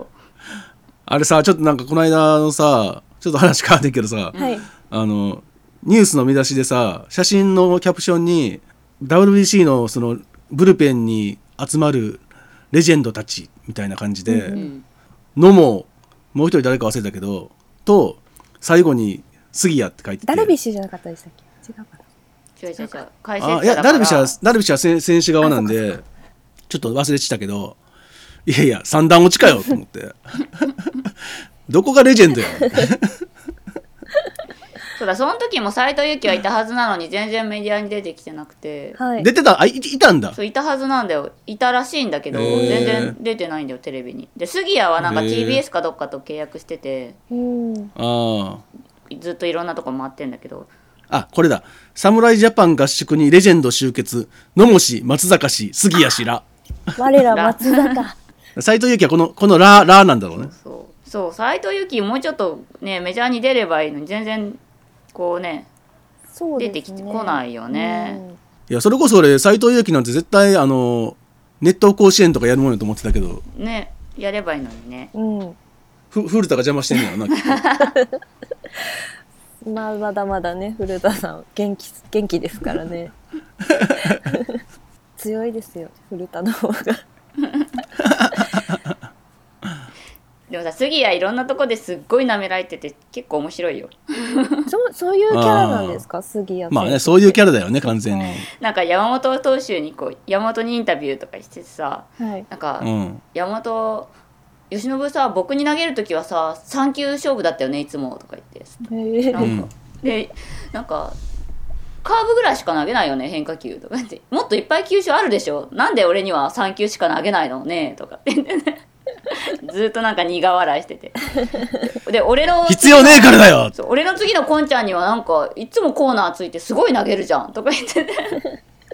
Speaker 4: あれさ、ちょっとなんかこの間のさ、ちょっと話変わってんけどさ、
Speaker 5: はい。
Speaker 4: あの、ニュースの見出しでさ、写真のキャプションに、WBC のその、ブルペンに集まるレジェンドたちみたいな感じで、
Speaker 3: うん。
Speaker 4: のも、もう一人誰か忘れたけど、と、最後に、杉谷って書いてて。
Speaker 5: ダルビッシュじゃなかったでしたっけ違うかな
Speaker 3: 違う違う違う。解説者だか
Speaker 4: あ
Speaker 3: ら
Speaker 4: いやダルビッシュはダルビッシュは選選手側なんでちょっと忘れてたけどいやいや三段落ちかよと思ってどこがレジェンドや
Speaker 3: そうだ、その時も斎藤佑樹はいたはずなのに、全然メディアに出てきてなくて。
Speaker 5: はい。
Speaker 4: 出てたあいいたんだ
Speaker 3: そういたはずなんだよいたらしいんだけど、
Speaker 4: へー
Speaker 3: 全然出てないんだよテレビにで杉谷はなんか
Speaker 4: へー
Speaker 3: TBS かどっかと契約してて
Speaker 5: うん。
Speaker 4: あ
Speaker 3: ずっといろんなとこ回ってんだけど
Speaker 4: あ、これだ。侍ジャパン合宿にレジェンド集結。野茂氏、松坂氏、杉谷氏ら。
Speaker 5: 我ら松 坂
Speaker 4: 斎藤佑樹はこの、このラー、ラーなんだろうね。
Speaker 3: そうそう斎藤佑樹もうちょっとねメジャーに出ればいいのに全然こうね
Speaker 5: そうです、ね、
Speaker 3: 出てきてこないよね
Speaker 5: うん
Speaker 4: いや、それこそ俺、斎藤佑樹なんて絶対、あの、熱湯甲子園とかやるもんやと思ってたけど、
Speaker 3: ねやればいいのにね
Speaker 5: うん
Speaker 4: ふ古田が邪魔してんのやろなきっと。
Speaker 5: まあ、まだまだね古田さん元気元気ですから ね強いですよ古田の方が
Speaker 3: でもさ杉谷いろんなとこですっごい舐められてて結構面白いよ
Speaker 5: そうそういうキャラなんですか杉谷
Speaker 4: まあね、そういうキ
Speaker 5: ャ
Speaker 4: ャラだよね、完全に。
Speaker 3: なんか山本投手にこう山本にインタビューとかしてさ
Speaker 5: ラはい
Speaker 3: なんか、
Speaker 4: うん。
Speaker 3: 山本由伸さ僕に投げる時はさ3球勝負だったよねいつもとか言って
Speaker 5: へえ
Speaker 3: な
Speaker 4: うんん
Speaker 3: か、でなんかカーブぐらいしか投げないよね変化球とか言ってもっといっぱい球種あるでしょなんで俺には3球しか投げないのねとか って言ってねずっとなんか苦笑いしててで俺の
Speaker 4: 必要ねえからだよ
Speaker 3: そう俺の次のこんちゃんにはなんかいつもコーナーついてすごい投げるじゃんとか言ってて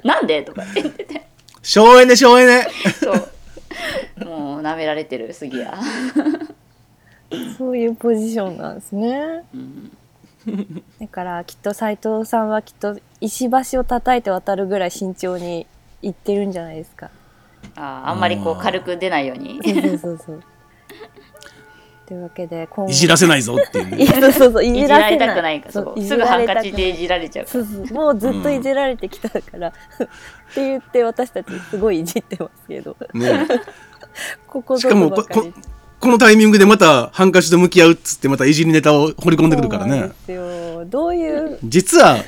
Speaker 3: なんでとかって言ってて
Speaker 4: 省エネ、省エネ。
Speaker 3: そうもう舐められてる杉谷
Speaker 5: そういうポジションなんですね
Speaker 3: うん
Speaker 5: だからきっと斎藤さんはきっと石橋を叩いて渡るぐらい慎重に行ってるんじゃないですか
Speaker 3: あーあんまりこう軽く出ないように
Speaker 5: そうそうそうそうというわけで今後
Speaker 4: いじらせないぞってい う
Speaker 5: い
Speaker 4: ね。
Speaker 5: やそうそうそうい
Speaker 3: いじ
Speaker 5: じ
Speaker 3: ら
Speaker 5: らせ
Speaker 3: れ
Speaker 5: ない
Speaker 3: たくないから
Speaker 5: そ
Speaker 3: そうこ
Speaker 5: い
Speaker 3: す
Speaker 5: じ
Speaker 3: ぐ
Speaker 5: ら
Speaker 3: ハ
Speaker 5: れ
Speaker 3: ン
Speaker 5: たくな
Speaker 3: カ
Speaker 5: い
Speaker 3: チでいじられちゃうか
Speaker 5: そ
Speaker 3: ら
Speaker 5: うそうもうずっといじられてきたから、って言って私たちすごいいじってますけど
Speaker 4: ね
Speaker 5: ここ
Speaker 4: しかも
Speaker 5: ばっかり
Speaker 4: ここのタイミングでまたハンカチと向き合うっつってまたいじりネタを掘り込んでくるから
Speaker 5: そうなん
Speaker 4: ね
Speaker 5: で。すよどういう
Speaker 4: 実は、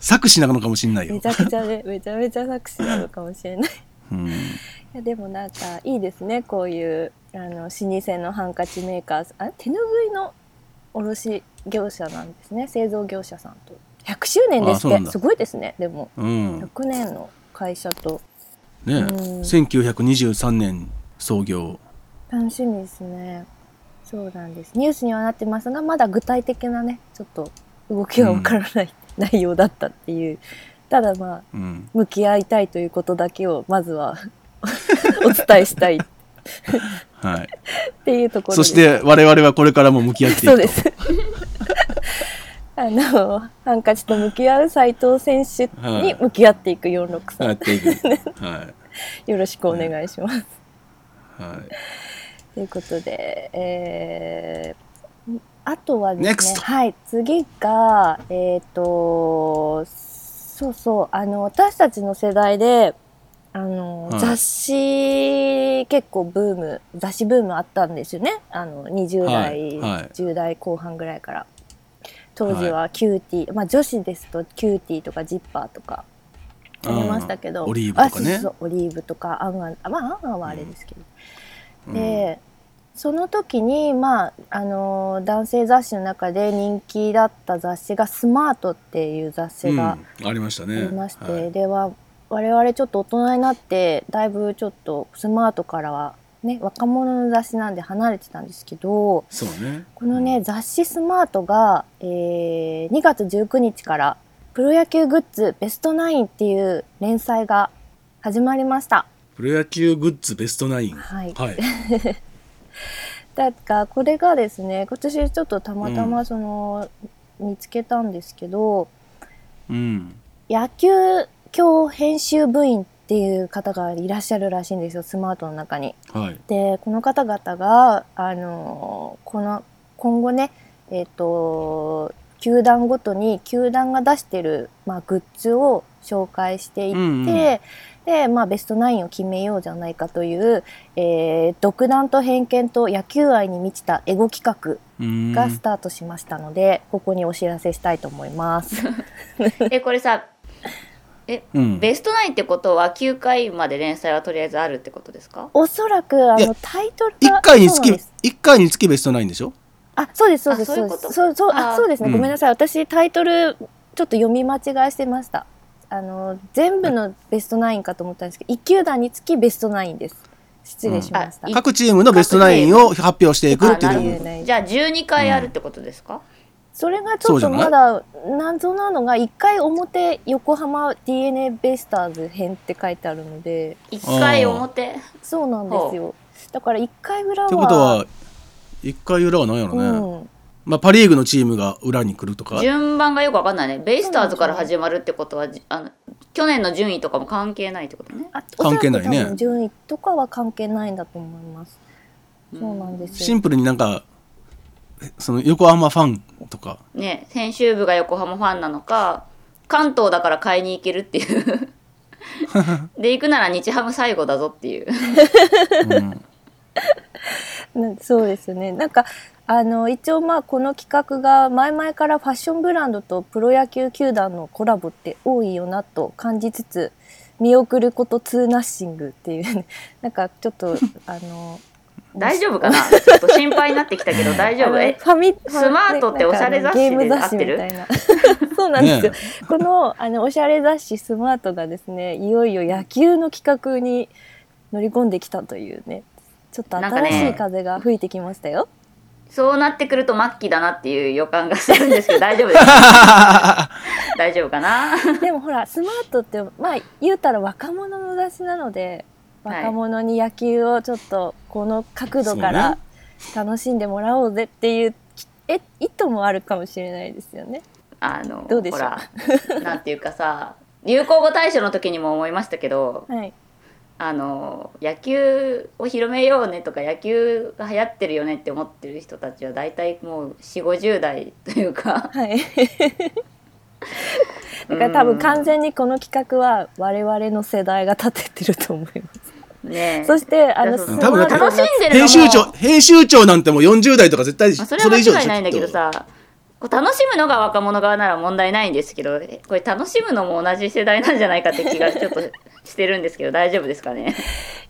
Speaker 4: 作詞なのかもしんない
Speaker 5: め
Speaker 4: よ
Speaker 5: ち。ゃくちゃねめちゃめちゃ作詞なのかもしれない
Speaker 4: うん。
Speaker 5: いやでもなんかいいですねこういうあの老舗のハンカチメーカーさんあ手ぬぐいの卸業者なんですね製造業者さんと100周年です
Speaker 4: あそう
Speaker 5: っ
Speaker 4: なん
Speaker 5: て
Speaker 4: だ
Speaker 5: すごいですねでも
Speaker 4: うん。ね
Speaker 5: 100年の会社と
Speaker 4: え1923年創業。
Speaker 5: 楽しみですねそうなんですニュースにはなってますがまだ具体的なねちょっと動きはわからない、内容だったっていうただまあ
Speaker 4: うん。
Speaker 5: 向き合いたいということだけをまずは お伝えしたいっ
Speaker 4: はい。
Speaker 5: ていうところ
Speaker 4: そして我々はこれからも向き合っていくと。
Speaker 5: そうです。あのハンカチと向き合う斉藤選手に向き合っていく463、
Speaker 4: やっ ていく。は
Speaker 5: よろしくお願いします。
Speaker 4: い。はい。
Speaker 5: ということで、えーあとはですね、
Speaker 4: Next
Speaker 5: はい、次が、えっ、と、そうそう、あの、私たちの世代で、あの、
Speaker 4: はい
Speaker 5: 雑誌、結構ブーム、雑誌ブームあったんですよね。あの、20代、
Speaker 4: はいはい
Speaker 5: 10代後半ぐらいから。当時はキューティー、まあ女子ですとキューティーとかジッパーとか、ありましたけど、
Speaker 4: うんオリーブとかね
Speaker 5: あそうそうオリーブとか、アンアン、あまあアンアンはあれですけど、
Speaker 4: うん
Speaker 5: で、その時に、まあ、あのー男性雑誌の中で人気だった雑誌が「スマート」っていう雑誌があ
Speaker 4: うんありましたね。
Speaker 5: りまして、
Speaker 4: はい
Speaker 5: では我々ちょっと大人になってだいぶちょっと「スマート」からは、ね、若者の雑誌なんで離れてたんですけど
Speaker 4: そうね。
Speaker 5: このね、雑誌「スマートが」えー2月19日から「プロ野球グッズベストナインっていう連載が始まりました。
Speaker 4: プロ野球グッズベストナイン。
Speaker 5: はい
Speaker 4: はい。
Speaker 5: だからこれがですね今年ちょっとたまた
Speaker 4: う
Speaker 5: まその、見つけたんですけど
Speaker 4: うん。
Speaker 5: 野球教編集部員っていう方がいらっしゃるらしいんですよスマートの中に。
Speaker 4: はい。
Speaker 5: でこの方々があのこの今後ねえっ、と球団ごとに球団が出してる、まあ、グッズを紹介していって、
Speaker 4: うんうん
Speaker 5: で、まあ、ベストナインを決めようじゃないかという、えー独断と偏見と野球愛に満ちたエゴ企画
Speaker 4: うん。
Speaker 5: がスタートしましたので、ここにお知らせしたいと思います。
Speaker 3: えこれさえ
Speaker 4: うん
Speaker 3: ベストナインってことは9回まで連載はとりあえずあるってことですか
Speaker 5: おそらくあ
Speaker 4: いや
Speaker 5: のタイトルが
Speaker 4: 一回につ
Speaker 5: そう
Speaker 4: き
Speaker 5: なんです、
Speaker 4: 一回につきベストナインでしょ
Speaker 5: あ、そうです、そうです、
Speaker 3: あ
Speaker 5: そ
Speaker 3: そううい
Speaker 5: です。
Speaker 3: うこと
Speaker 5: そう、そう、あ、
Speaker 3: あー
Speaker 5: そうですね。
Speaker 4: うん
Speaker 5: ごめんなさい。私、タイトル、ちょっと読み間違いしてました。あの、全部のベストナインかと思ったんですけど、一球団につきベストナインです。失礼しました。
Speaker 3: うん
Speaker 4: 各チームのベストナインを発表していくって
Speaker 5: あ
Speaker 4: い
Speaker 5: なるほ
Speaker 4: う。
Speaker 5: どね
Speaker 3: じゃあ12回あるってことですか、
Speaker 5: それがちょっ
Speaker 4: そうじゃ
Speaker 5: と
Speaker 4: な
Speaker 5: ま
Speaker 4: い
Speaker 5: だ謎なのが1回表横浜 d n a ベイスターズ編って書いてあるので
Speaker 3: 一回表
Speaker 5: そうなんですよだから1回裏は
Speaker 4: ってことは、一回裏は何やろ
Speaker 5: う
Speaker 4: ね。
Speaker 5: ん、
Speaker 4: まあ、パ・リーグのチームが裏に来るとか。
Speaker 3: 順番がよくわかんないねベイスターズから始まるってことはじあの去年の順位とかも関係ないってことね
Speaker 5: あ
Speaker 4: 関係ないね
Speaker 5: おそらく多分順位とかは関係ないんだと思います。そうなんです
Speaker 4: シ
Speaker 5: よ。
Speaker 4: ンプルになんか、えその横浜ファンとか。
Speaker 3: ね編集部が横浜ファンなのか関東だから買いに行けるっていう で行くなら日ハム最後だぞっていう
Speaker 4: うん、
Speaker 5: なそうですね。なんかあの一応まあこの企画が前々からファッションブランドとプロ野球球団のコラボって多いよなと感じつつ見送ることツーナッシングっていう、ね、なんかちょっとあの
Speaker 3: 大丈夫 かなちょっと心配になってきたけど大丈
Speaker 5: あ
Speaker 3: 夫
Speaker 5: の
Speaker 3: え
Speaker 5: ファミファ
Speaker 3: スマートっておしゃれ雑誌で
Speaker 5: ねなんかあのゲーム雑誌みたいな そうなんですよ、
Speaker 4: ね
Speaker 5: このあのおしゃれ雑誌スマートがですねいよいよ野球の企画に乗り込んできたというねちょっと
Speaker 3: なんかね
Speaker 5: 新しい風が吹いてきましたよ、
Speaker 3: そうなってくると末期だなっていう予感がするんですけど大丈夫で すか大丈夫かな
Speaker 5: でもほらスマートってまあ言うたら若者の雑誌なので
Speaker 3: はい
Speaker 5: 若者に野球をちょっとこの角度か
Speaker 4: そう
Speaker 5: ら
Speaker 4: ね
Speaker 5: 楽しんでもらおうぜっていうえ意図もあるかもしれないですよね。
Speaker 3: あの
Speaker 5: どうでしょ
Speaker 3: ほ
Speaker 5: う
Speaker 3: らなんていうかさ流行語大賞の時にも思いましたけど
Speaker 5: はい、
Speaker 3: あの野球を広めようねとか野球が流行ってるよねって思ってる人たちは大体もう4 5 0代というか
Speaker 5: はい。だから多分完全にこの企画は我々の世代が立ててると思います。
Speaker 3: ねえ
Speaker 5: そしてあの
Speaker 3: だ
Speaker 5: ス
Speaker 3: か
Speaker 5: マー
Speaker 3: ら
Speaker 4: 多
Speaker 5: ト
Speaker 4: 分だって
Speaker 5: な
Speaker 3: 楽しんでるのも
Speaker 4: 編集長、編集長なんてもう40代とか絶対、
Speaker 3: まあ、
Speaker 4: そ
Speaker 3: それ
Speaker 4: れ
Speaker 3: は
Speaker 4: 以上
Speaker 3: 間違い
Speaker 4: でしょ
Speaker 3: ないんだけど
Speaker 4: きっと
Speaker 3: さこう楽しむのが若者側なら問題ないんですけどこれ楽しむのも同じ世代なんじゃないかって気がちょっとしてるんですけど大丈夫ですかね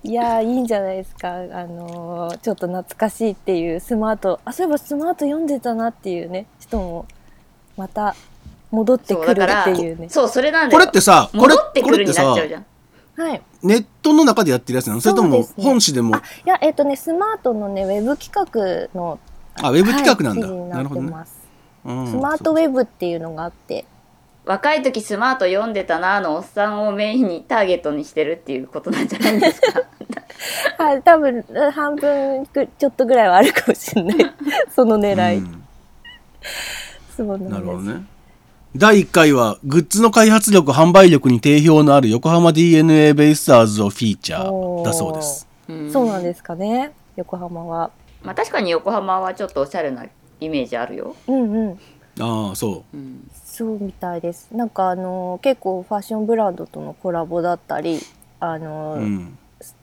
Speaker 5: いやーいいんじゃないですか。あのーちょっと懐かしいっていうスマート、あそういえばスマート読んでたなっていうね人もまた戻って
Speaker 3: そう
Speaker 5: く
Speaker 3: だ
Speaker 5: る
Speaker 3: から
Speaker 5: っていうね。
Speaker 3: そうそれなんだ
Speaker 4: こ
Speaker 3: よ
Speaker 4: れってさ、これ
Speaker 3: 戻って、
Speaker 4: こ
Speaker 3: く
Speaker 4: れ
Speaker 3: る
Speaker 4: って
Speaker 3: にな
Speaker 4: さ
Speaker 3: っち、ゃうじゃん
Speaker 5: はい。
Speaker 4: ネットの中でやってるやつなのそれと
Speaker 5: そう
Speaker 4: も
Speaker 5: ですね
Speaker 4: 本誌でも、
Speaker 5: あいやえっ、とねスマートのねウェブ企画の
Speaker 4: あ、ウェブ企画なん
Speaker 5: は
Speaker 4: だ。
Speaker 5: い記事に
Speaker 4: なる
Speaker 5: なっ
Speaker 4: ほ
Speaker 5: て
Speaker 4: どね。
Speaker 5: ます。
Speaker 4: うん
Speaker 5: スマートウェブっていうのがあって。
Speaker 3: 若い時スマート読んでたなのおっさんをメインにターゲットにしてるっていうことなんじゃないですか
Speaker 5: はい、多分半分くちょっとぐらいはあるかもしれない その狙い、
Speaker 4: うん
Speaker 5: そうなんです
Speaker 4: なるほどね。第1回は、グッズの開発力、販売力に定評のある横浜 d n a ベイスターズをフィーチャーだそうです。
Speaker 5: そうなん
Speaker 3: す、
Speaker 5: ですかね横浜は
Speaker 3: まあ、確かに横浜はちょっとおしゃれなイメージあるよ、
Speaker 5: うんうん
Speaker 4: ああ、そ
Speaker 5: そうみたいですなんかあの結構ファッションブランドとのコラボだったりあの、
Speaker 4: う。うん。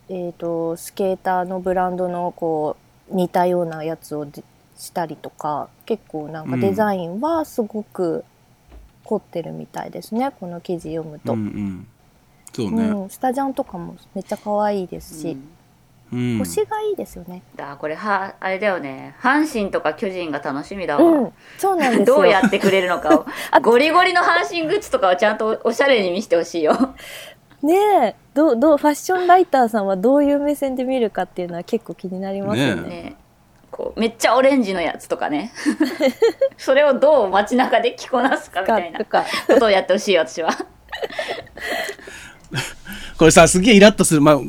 Speaker 5: えっ、とスケーターのブランドのこう似たようなやつをでしたりとか結構なんかデザインはすごく凝ってるみたいですね、この記事読む
Speaker 4: うんう
Speaker 5: と、
Speaker 4: ん。そう
Speaker 5: う
Speaker 4: ね。
Speaker 5: ん、スタジャンとかもめっちゃ可愛いですし、
Speaker 4: うん。
Speaker 5: 星がいいですよね。
Speaker 3: だこれはあれだよね阪神とか巨人が楽しみだわ、
Speaker 5: うん、そうなんですよ。
Speaker 3: どうやってくれるのかをゴリゴリの阪神グッズとかをちゃんとおしゃれに見せてほしいよ
Speaker 5: ねえ、どうどうファッションライターさんはどういう目線で見るかっていうのは結構気になりますよね。
Speaker 3: ねこうめっちゃオレンジのやつとかねそれをどう街中で着こなすかみたいな
Speaker 5: と
Speaker 3: こ
Speaker 5: か、
Speaker 3: とをやってほしいよ私は
Speaker 4: これさ、すげえイラッとする。まあ、ふ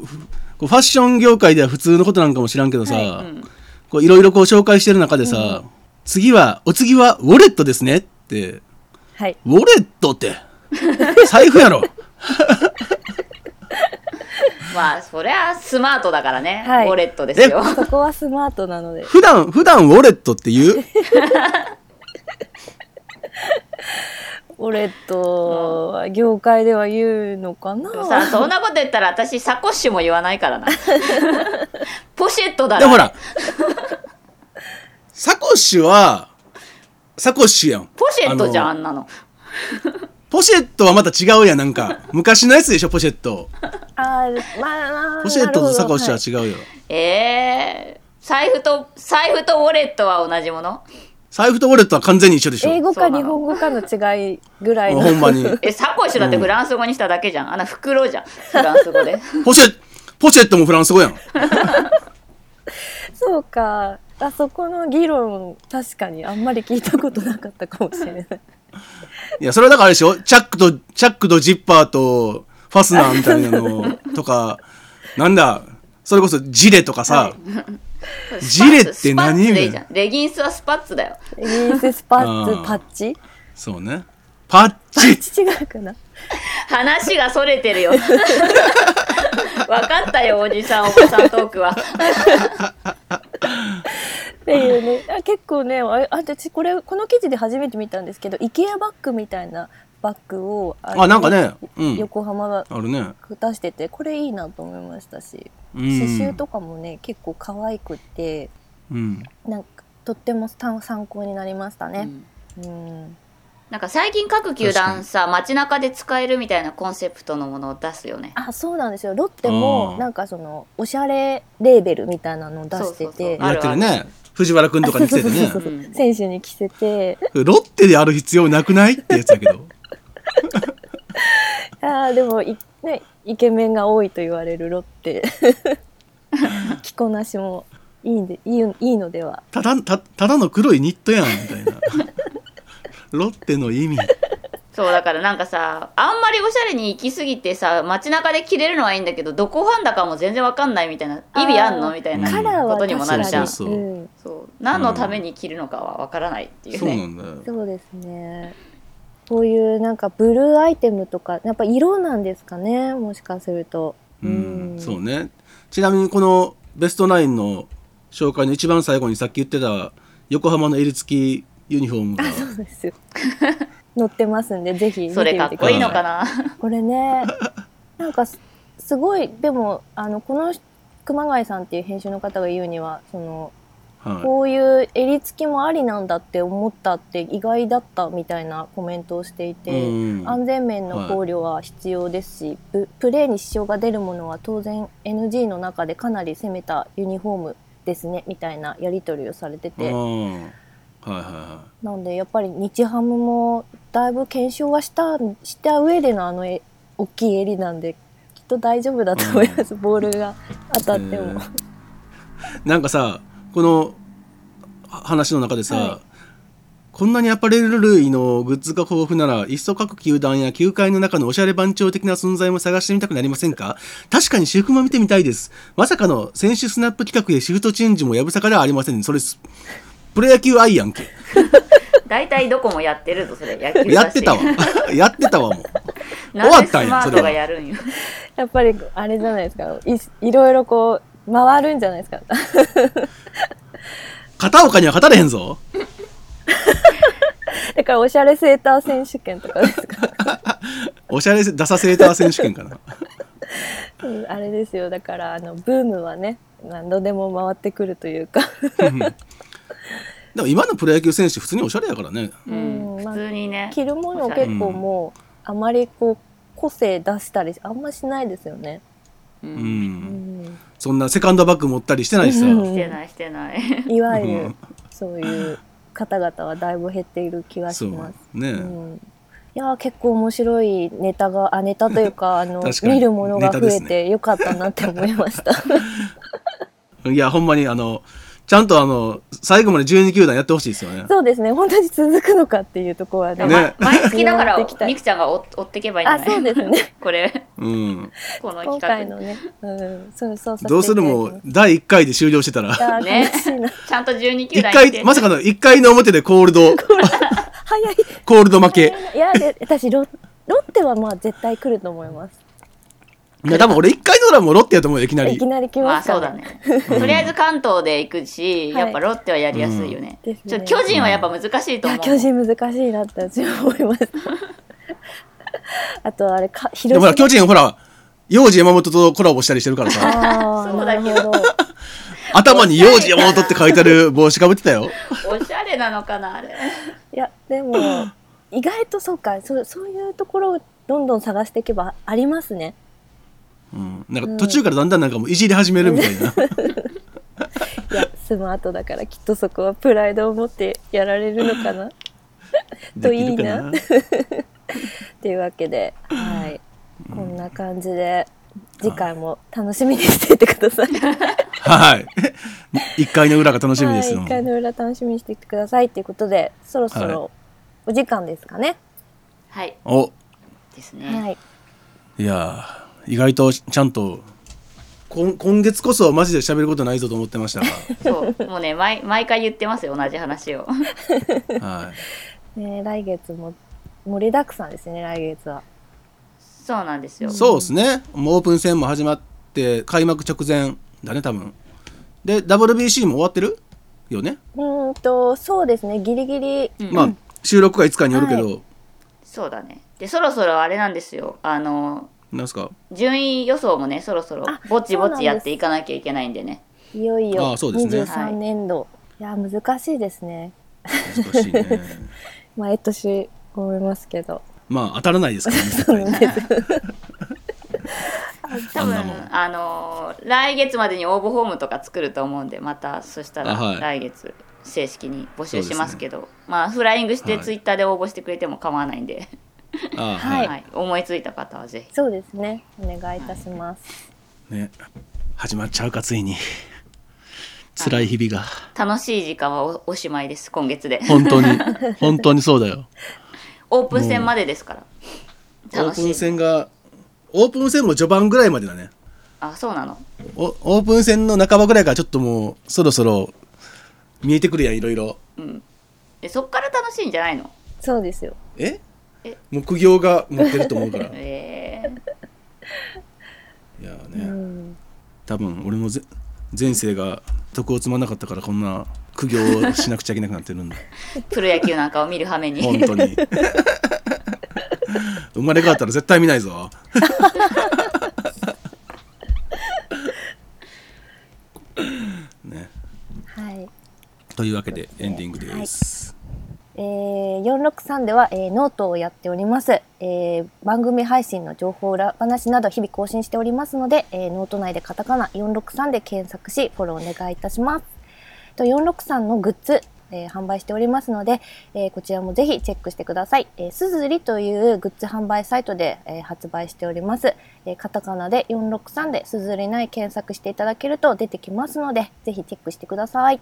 Speaker 4: こうファッション業界では普通のことなんかも知らんけどさ、
Speaker 3: うん
Speaker 4: こういろいろこう紹介してる中でさ、次は、お次はウォレットですねって、
Speaker 5: はい、
Speaker 4: ウォレットって、財布やろ。
Speaker 3: まあそりゃスマートだからね、
Speaker 5: はい
Speaker 3: ウォレットですよ
Speaker 5: そこはスマートなので、
Speaker 4: 普段、普段ウォレットって言う
Speaker 5: 俺とは業界では言うのかな。
Speaker 3: でもさそんなこと言ったら私サコッシュも言わないからなポシェットだ
Speaker 4: で
Speaker 3: な
Speaker 4: ほら、サコッシュは、サコッシュやん。
Speaker 3: ポシェットじゃんあ
Speaker 4: あの
Speaker 3: んなの
Speaker 4: ポシェットはまた違うやん、なんか。昔のやつでしょ、ポシェット。
Speaker 5: あー、まあ、まあ、
Speaker 4: ポシェットとサコッシ
Speaker 5: なる
Speaker 4: ュは違うよ。
Speaker 3: ええ財布と財布とウォレットは同じもの
Speaker 4: 財布とウォレットは完全に一緒でし
Speaker 5: ほどはい英
Speaker 4: ょ。
Speaker 5: 語
Speaker 3: そう
Speaker 5: か
Speaker 3: な
Speaker 5: 日
Speaker 3: の
Speaker 5: 本語かの違いぐらい
Speaker 4: も
Speaker 5: の。
Speaker 4: うほんまに。
Speaker 3: えサコッシュだってフランス語にしただけじゃん、あんな袋じゃんフランス語で
Speaker 4: ポシェ、ポシェットもフランス語やん。
Speaker 5: そうか。あそこの議論確かにあんまり聞いたことなかったかもしれ ない。
Speaker 4: いや、それはだからあれでしょチャックと、チャックとジッパーとファスナーみたいな のとか、なんだ、それこそジレとかさ、 ジレって何
Speaker 3: スパッツでいいじゃん。レギンスはスパッツだよ。
Speaker 5: イギリススパッ
Speaker 4: あー
Speaker 5: ツパッチ
Speaker 4: そうね。パッチ
Speaker 5: 違うかな
Speaker 3: 話がそれて るよ。分かったよ、おじさん、おばさんトークは。
Speaker 5: っていうねあ結構ねああ私これこの記事で初めて見たんですけど IKEA バッグみたいなバッグをあの
Speaker 4: あ、なんかね、うん。
Speaker 5: 横浜が
Speaker 4: あるね。
Speaker 5: 出しててこれいいなと思いましたし
Speaker 4: うん。
Speaker 5: 刺繍とかもね結構可愛くて
Speaker 4: うん。
Speaker 5: なんかとっても参参考になりましたね。うん
Speaker 3: なんか最近各球団さ、街中で使えるみたいなコンセプトのものを出すよね。
Speaker 5: あそうなんですよロッテ
Speaker 4: あ
Speaker 5: も
Speaker 4: ー
Speaker 5: なんかそのおしゃれレーベルみたいなのを出してて
Speaker 3: あ
Speaker 4: や
Speaker 3: る
Speaker 4: ってるね。藤原くんとかに来ててね
Speaker 5: そうそう。そう
Speaker 3: うん
Speaker 5: 選手に着せて
Speaker 4: ロッテである必要なくないってやつだけど。
Speaker 5: あーでもい、ね、イケメンが多いと言われるロッ テ着こなしもいいんでいいいいのでは
Speaker 4: ただ、た、ただの黒いニットやん、みたい な。ロッテの意味。
Speaker 3: そう、だからなんかさ、あんまりおしゃれに行き過ぎてさ、街中で着れるのはいいんだけど、どこファンだかも全然わかんないみたいな、意味あんの
Speaker 5: あー
Speaker 3: みたい
Speaker 4: うん
Speaker 3: な。
Speaker 5: カラーは
Speaker 3: ことに
Speaker 5: 確
Speaker 3: も
Speaker 5: か
Speaker 3: な
Speaker 5: に、
Speaker 3: るじゃん
Speaker 4: そうそうそうん
Speaker 3: そう。何のために着るのかはわからないっていう
Speaker 4: そうな
Speaker 3: ね。
Speaker 4: んだよ。
Speaker 5: そうですねこういうなんかブルーアイテムとかやっぱ色なんですかねもしかすると
Speaker 4: う
Speaker 5: う
Speaker 4: ん
Speaker 5: ん
Speaker 4: そうねちなみにこのベストナインの紹介の一番最後にさっき言ってた横浜の襟付きユニフォームが
Speaker 5: そうですよ載ってますんでぜひ見て
Speaker 3: それ
Speaker 5: み
Speaker 3: かって
Speaker 5: く
Speaker 3: こ
Speaker 5: だ
Speaker 3: い
Speaker 5: さ
Speaker 3: い
Speaker 5: い
Speaker 3: のか な。
Speaker 5: これねなんかすすごいでもあのこの熊谷さんっていう編集の方が言うにはその
Speaker 4: は
Speaker 5: こういう襟付きもありなんだって思ったって意外だったみたいなコメントをしてい
Speaker 4: い、
Speaker 5: て、
Speaker 4: うん
Speaker 5: 安全面の考慮は必要ですし、ププレーに支障が出るものは当然 NG の中でかなり攻めたユニフォームですねみたいなやり取りをされて
Speaker 4: あー
Speaker 5: て、
Speaker 4: はいはいは
Speaker 5: なんでやっぱり日ハムもだいぶ検証はしたした上でのあのえ大きい襟なんできっと大丈夫だと思います、ボールが当たっ
Speaker 4: い
Speaker 5: ても。
Speaker 4: えーなんかさこのは話の中でさ、こんなにアパレル類のグッズが豊富なら、いっそ各球団や球界の中のおしゃれ番長的な存在も探してみたくなりませんか確かに私服も見てみたいです。まさかの選手スナップ企画へシフトチェンジもやぶさかではありません。それす、プロ野球愛やんけ。
Speaker 3: 大体どこもやってるぞ、それ。野球だし
Speaker 4: やってたわ。 やってたわ、もう。
Speaker 3: なん
Speaker 4: 終わ
Speaker 3: で
Speaker 4: っ
Speaker 3: ス
Speaker 4: たんや
Speaker 3: マー
Speaker 4: そ
Speaker 3: ト
Speaker 4: れは
Speaker 3: がやるんよ。
Speaker 5: やっぱりあれじゃないですかいいろいろこう回るんじゃないですか
Speaker 4: 片岡には勝たれへんぞ。
Speaker 5: だからおしゃれセーター選手権とかです か、
Speaker 4: おしゃれダサセーター選手権かな。
Speaker 5: うんあれですよだからあのブームはね何度でも回ってくるというか
Speaker 4: でも今のプロ野球選手、普通におしゃれやからね。
Speaker 5: Mm.
Speaker 3: うん、普通にね。
Speaker 5: 着るものを結構もうあまりこう個性出したりあんましないですよね、
Speaker 3: う
Speaker 4: うんん。
Speaker 5: うん
Speaker 4: そんなセカンドバッグ持ったりしてないしさ。
Speaker 5: うん
Speaker 3: してないしてない。
Speaker 5: いわゆ
Speaker 4: う
Speaker 5: る
Speaker 4: ん
Speaker 5: そういう方々はだいぶ減っている気がし
Speaker 4: そう
Speaker 5: ます。
Speaker 4: ね、
Speaker 5: うんいやー結構面白いネタがあネタという かあの
Speaker 4: 確かに
Speaker 5: 見るものが
Speaker 4: ネタ
Speaker 5: 増
Speaker 4: です
Speaker 5: え
Speaker 4: ね
Speaker 5: てよかったなって思いました。
Speaker 4: いやほんまにあのちゃんとあの最後まで12球団やってほしいですよね
Speaker 5: そうですね本当に続くのかっていうところはね。
Speaker 4: ね
Speaker 3: ま毎月だか
Speaker 5: や
Speaker 3: ら
Speaker 5: っていきたい
Speaker 3: みくちゃんが追追ってけばいいんじゃ
Speaker 5: あ
Speaker 3: ない
Speaker 5: そうですね
Speaker 3: これ
Speaker 4: うん
Speaker 3: この
Speaker 5: 今回
Speaker 3: 企画
Speaker 5: のね、うん、そうそう
Speaker 4: どうするも第1回で終了してたら
Speaker 5: あ
Speaker 3: ね
Speaker 5: ね、悲しいな
Speaker 3: ちゃんと12球
Speaker 4: 1
Speaker 3: 団行って
Speaker 4: 回まさかの1回の表でコールド
Speaker 5: 早い。
Speaker 4: コールド負け
Speaker 5: いやで私ロロッテはまあ絶対来ると思います。
Speaker 4: いや多分俺1回の裏もうロッテやと思うよいきないり
Speaker 5: きなり来
Speaker 3: ま
Speaker 5: ま
Speaker 3: あ
Speaker 5: すか
Speaker 3: そう
Speaker 5: ら、
Speaker 3: だねとりあえず関東で行くし、
Speaker 5: はい
Speaker 3: やっぱロッテはやりやすいよね,、
Speaker 5: うんですね
Speaker 3: ちょっと巨人はやっぱ難しい
Speaker 5: い
Speaker 3: と思
Speaker 5: や
Speaker 3: う、
Speaker 5: 巨人難しいなって私は思いました。あとあれか
Speaker 4: で
Speaker 5: 広
Speaker 4: もほ
Speaker 5: 島
Speaker 4: ら巨人ほら幼児山本とコラボしたりしてるからさ
Speaker 5: ああ
Speaker 3: そう
Speaker 5: な
Speaker 3: だ
Speaker 5: る
Speaker 3: け
Speaker 5: ほど。
Speaker 4: 頭に幼児山本って書いてある帽子かぶってたよ
Speaker 3: おしゃれなのかなあれ
Speaker 5: いやでも意外とそうかそうそういうところをどんどん探していけばありますね。
Speaker 4: うん、なんか途中からだんだんなんかもういじり始めるみたいな、
Speaker 5: いやスマートだからきっとそこはプライドを持ってやられるのかな。と
Speaker 4: できるかな
Speaker 5: とっていうわけで、はい、こんな 感じで次回も楽しみにしていてください。
Speaker 4: はい。 1回の裏が楽しみですよ
Speaker 5: はい、1回の裏楽しみにしていてくださいということでそろそ
Speaker 4: は
Speaker 5: ろお時間ですかね、
Speaker 3: はい
Speaker 4: お
Speaker 3: ですね、
Speaker 5: はい、
Speaker 4: いやー意外とちゃんとこん今月こそマジで喋ることないぞと思ってました
Speaker 3: そうもうね毎毎回言ってますよ同じ話を
Speaker 4: が、はい、
Speaker 5: ね来月も盛りだくさんですね来月は
Speaker 3: そうなんですよ
Speaker 4: そうですねもうオープン戦も始まって開幕直前だね多分で WBC も終わってるよね、
Speaker 5: うーんとそうですねギリギリ
Speaker 3: うん
Speaker 4: まあ収録がいつかによるけど、
Speaker 3: そうだねでそろそろあれなんですよあの
Speaker 4: なんすか
Speaker 3: 順位予想もねそろそろ
Speaker 5: あ
Speaker 3: ぼちぼ
Speaker 5: そうなんで
Speaker 3: ち
Speaker 5: す
Speaker 3: やっていかなきゃいけないんでね
Speaker 5: いよいよ
Speaker 4: あーそうですね
Speaker 5: 23年度、い、やー難しいですね
Speaker 4: 難しいね
Speaker 5: 毎年思いますけど
Speaker 4: まあ当たらないですからね絶対に
Speaker 3: 多
Speaker 4: あんなも
Speaker 3: 分
Speaker 4: ん
Speaker 3: あのー来月までに応募フォームとか作ると思うんでまたそしたら
Speaker 4: あはい
Speaker 3: 来月正式に募集
Speaker 4: そう
Speaker 3: し
Speaker 4: ですね
Speaker 3: ますけどまあフライングして
Speaker 4: はい
Speaker 3: ツイッターで応募してくれても構わないんで、
Speaker 4: ああ
Speaker 5: は
Speaker 4: はいい、
Speaker 3: はい、思いついた方はぜひ
Speaker 5: そうですねお願いいたします、
Speaker 4: ね始まっちゃうかついに辛い日々が
Speaker 3: 楽しい時間はおおしまいです今月で
Speaker 4: 本当に本当にそうだよ
Speaker 3: オープン戦までですから
Speaker 4: オー
Speaker 3: 楽
Speaker 4: プ
Speaker 3: し
Speaker 4: ン
Speaker 3: い
Speaker 4: 戦がオープン戦も序盤ぐらいまでだね
Speaker 3: あそうなの
Speaker 4: おオープン戦の半ばぐらいからちょっともうそろそろ見えてくるやんいろいろ
Speaker 3: でそっから楽しいんじゃないの
Speaker 5: そうですよ
Speaker 4: え
Speaker 3: え
Speaker 4: 木業が持ってると思うからい
Speaker 3: えー
Speaker 4: やー
Speaker 5: う
Speaker 4: ね
Speaker 5: ん
Speaker 4: 多分俺もぜ前世が徳を積まなかったからこんな苦行をしなくちゃいけなくなってるんだ
Speaker 3: プロ野球なんかを見る羽目
Speaker 4: 本
Speaker 3: に
Speaker 4: 当に 生まれ変わったら絶対見ないぞね
Speaker 5: はい
Speaker 4: というわけでエンディングです、
Speaker 5: えー463では、えーノートをやっております、えー番組配信の情報裏話など日々更新しておりますので、えーノート内でカタカナ463で検索しフォローお願いいたしますと463のグッズ、えー販売しておりますので、えーこちらもぜひチェックしてください。えー、すずりというグッズ販売サイトで、えー発売しております。えーカタカナで463ですずりない検索していただけると出てきますので、ぜひチェックしてください。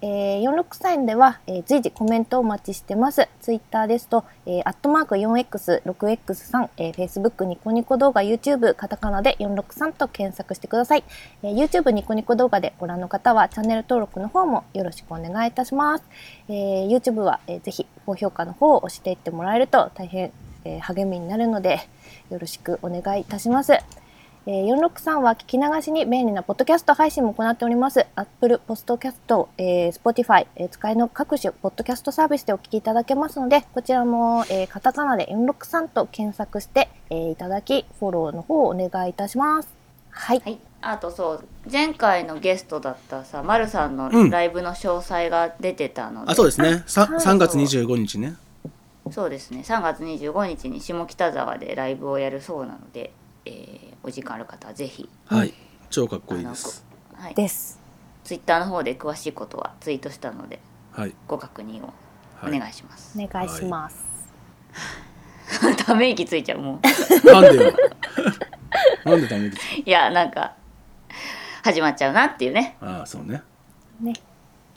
Speaker 5: えー、463では、えー随時コメントをお待ちしてます。ツイッターですと、えー、アットマーク 4x6x3、えー、Facebook ニコニコ動画 YouTube カタカナで463と検索してください。えー YouTube ニコニコ動画でご覧の方はチャンネル登録の方もよろしくお願いいたします。えー YouTube は、えーぜひ高評価の方を押していってもらえると大変、えー励みになるのでよろしくお願いいたします。えー463は聞き流しに便利なポッドキャスト配信も行っております。Apple Podcast、えー Spotify、えー使いの各種ポッドキャストサービスでお聞きいただけますので、こちらも、えーカタカナで463と検索して、えーいただき、フォローの方をお願いいたします。はい。
Speaker 3: はい、あとそう前回のゲストだったさまるさんの
Speaker 4: うん
Speaker 3: ライブの詳細が出てたので、
Speaker 4: あそうですねさ
Speaker 5: はい
Speaker 4: 3月25日ね
Speaker 3: そうですね3月25日に下北沢でライブをやるそうなので、えーお時間ある方はぜひ
Speaker 4: はい超かっこいいです
Speaker 3: はい、
Speaker 5: です。
Speaker 3: ツイッターの方で詳しいことはツイートしたので
Speaker 4: はい
Speaker 3: ご確認をお
Speaker 4: はい
Speaker 3: 願いします、
Speaker 5: お願いします。
Speaker 3: ため息ついちゃう も
Speaker 4: なん でよなんでダメです
Speaker 3: ういやなんか始まっちゃうなっていうね
Speaker 4: ああそうね
Speaker 5: ね。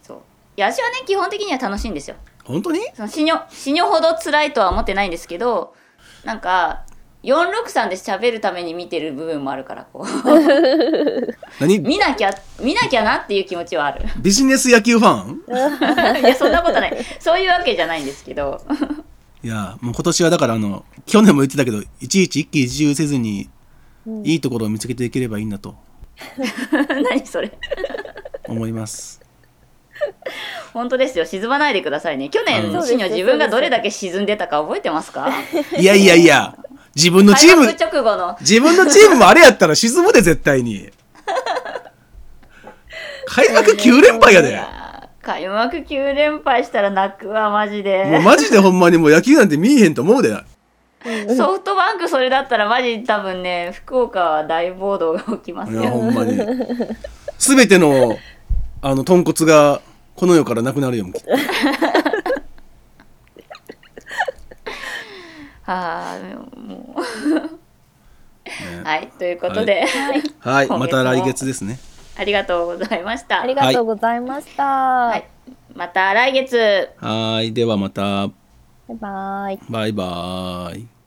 Speaker 3: そういや私はね基本的には楽しいんですよ
Speaker 4: 本当に
Speaker 3: その死ぬ死ぬほど辛いとは思ってないんですけどなんか463で喋るために見てる部分もあるからこう
Speaker 4: 何
Speaker 3: 見なきゃ見なきゃなっていう気持ちはある
Speaker 4: ビジネス野球ファン
Speaker 3: いやそんなことないそういうわけじゃないんですけど
Speaker 4: いやもう今年はだからあの去年も言ってたけどいちいち一喜一憂せずにいいところを見つけていければいいんだと
Speaker 3: 何それ
Speaker 4: 思います
Speaker 3: 本当ですよ沈まないでくださいね去年
Speaker 4: うん
Speaker 3: 死ぬ自分がどれだけ沈んでたか覚えてますか
Speaker 4: いやいやいや自分のチー
Speaker 3: 開
Speaker 4: ム
Speaker 3: 幕直後の
Speaker 4: 自分のチームもあれやったら沈むで絶対に開幕9連 敗やで
Speaker 3: あー開幕9連敗したら泣くわマジで
Speaker 4: もうマジでほんまにもう野球なんて見えへんと思うで
Speaker 3: ソフトバンクそれだったらマジ多分ね福岡は大暴動が起きます
Speaker 4: い
Speaker 3: よ
Speaker 4: やほんまに全てのあの豚骨がこの世からなくなるよもうきっと
Speaker 3: ああ、もう。
Speaker 4: ね
Speaker 3: はい、ということで、
Speaker 4: はい
Speaker 3: 今月も
Speaker 4: また来月ですね
Speaker 3: ありがとうございました
Speaker 5: ありがとうございました。
Speaker 3: はい、また来月
Speaker 4: はーい。ではまた。
Speaker 5: バイバイ。
Speaker 4: バイバーイ。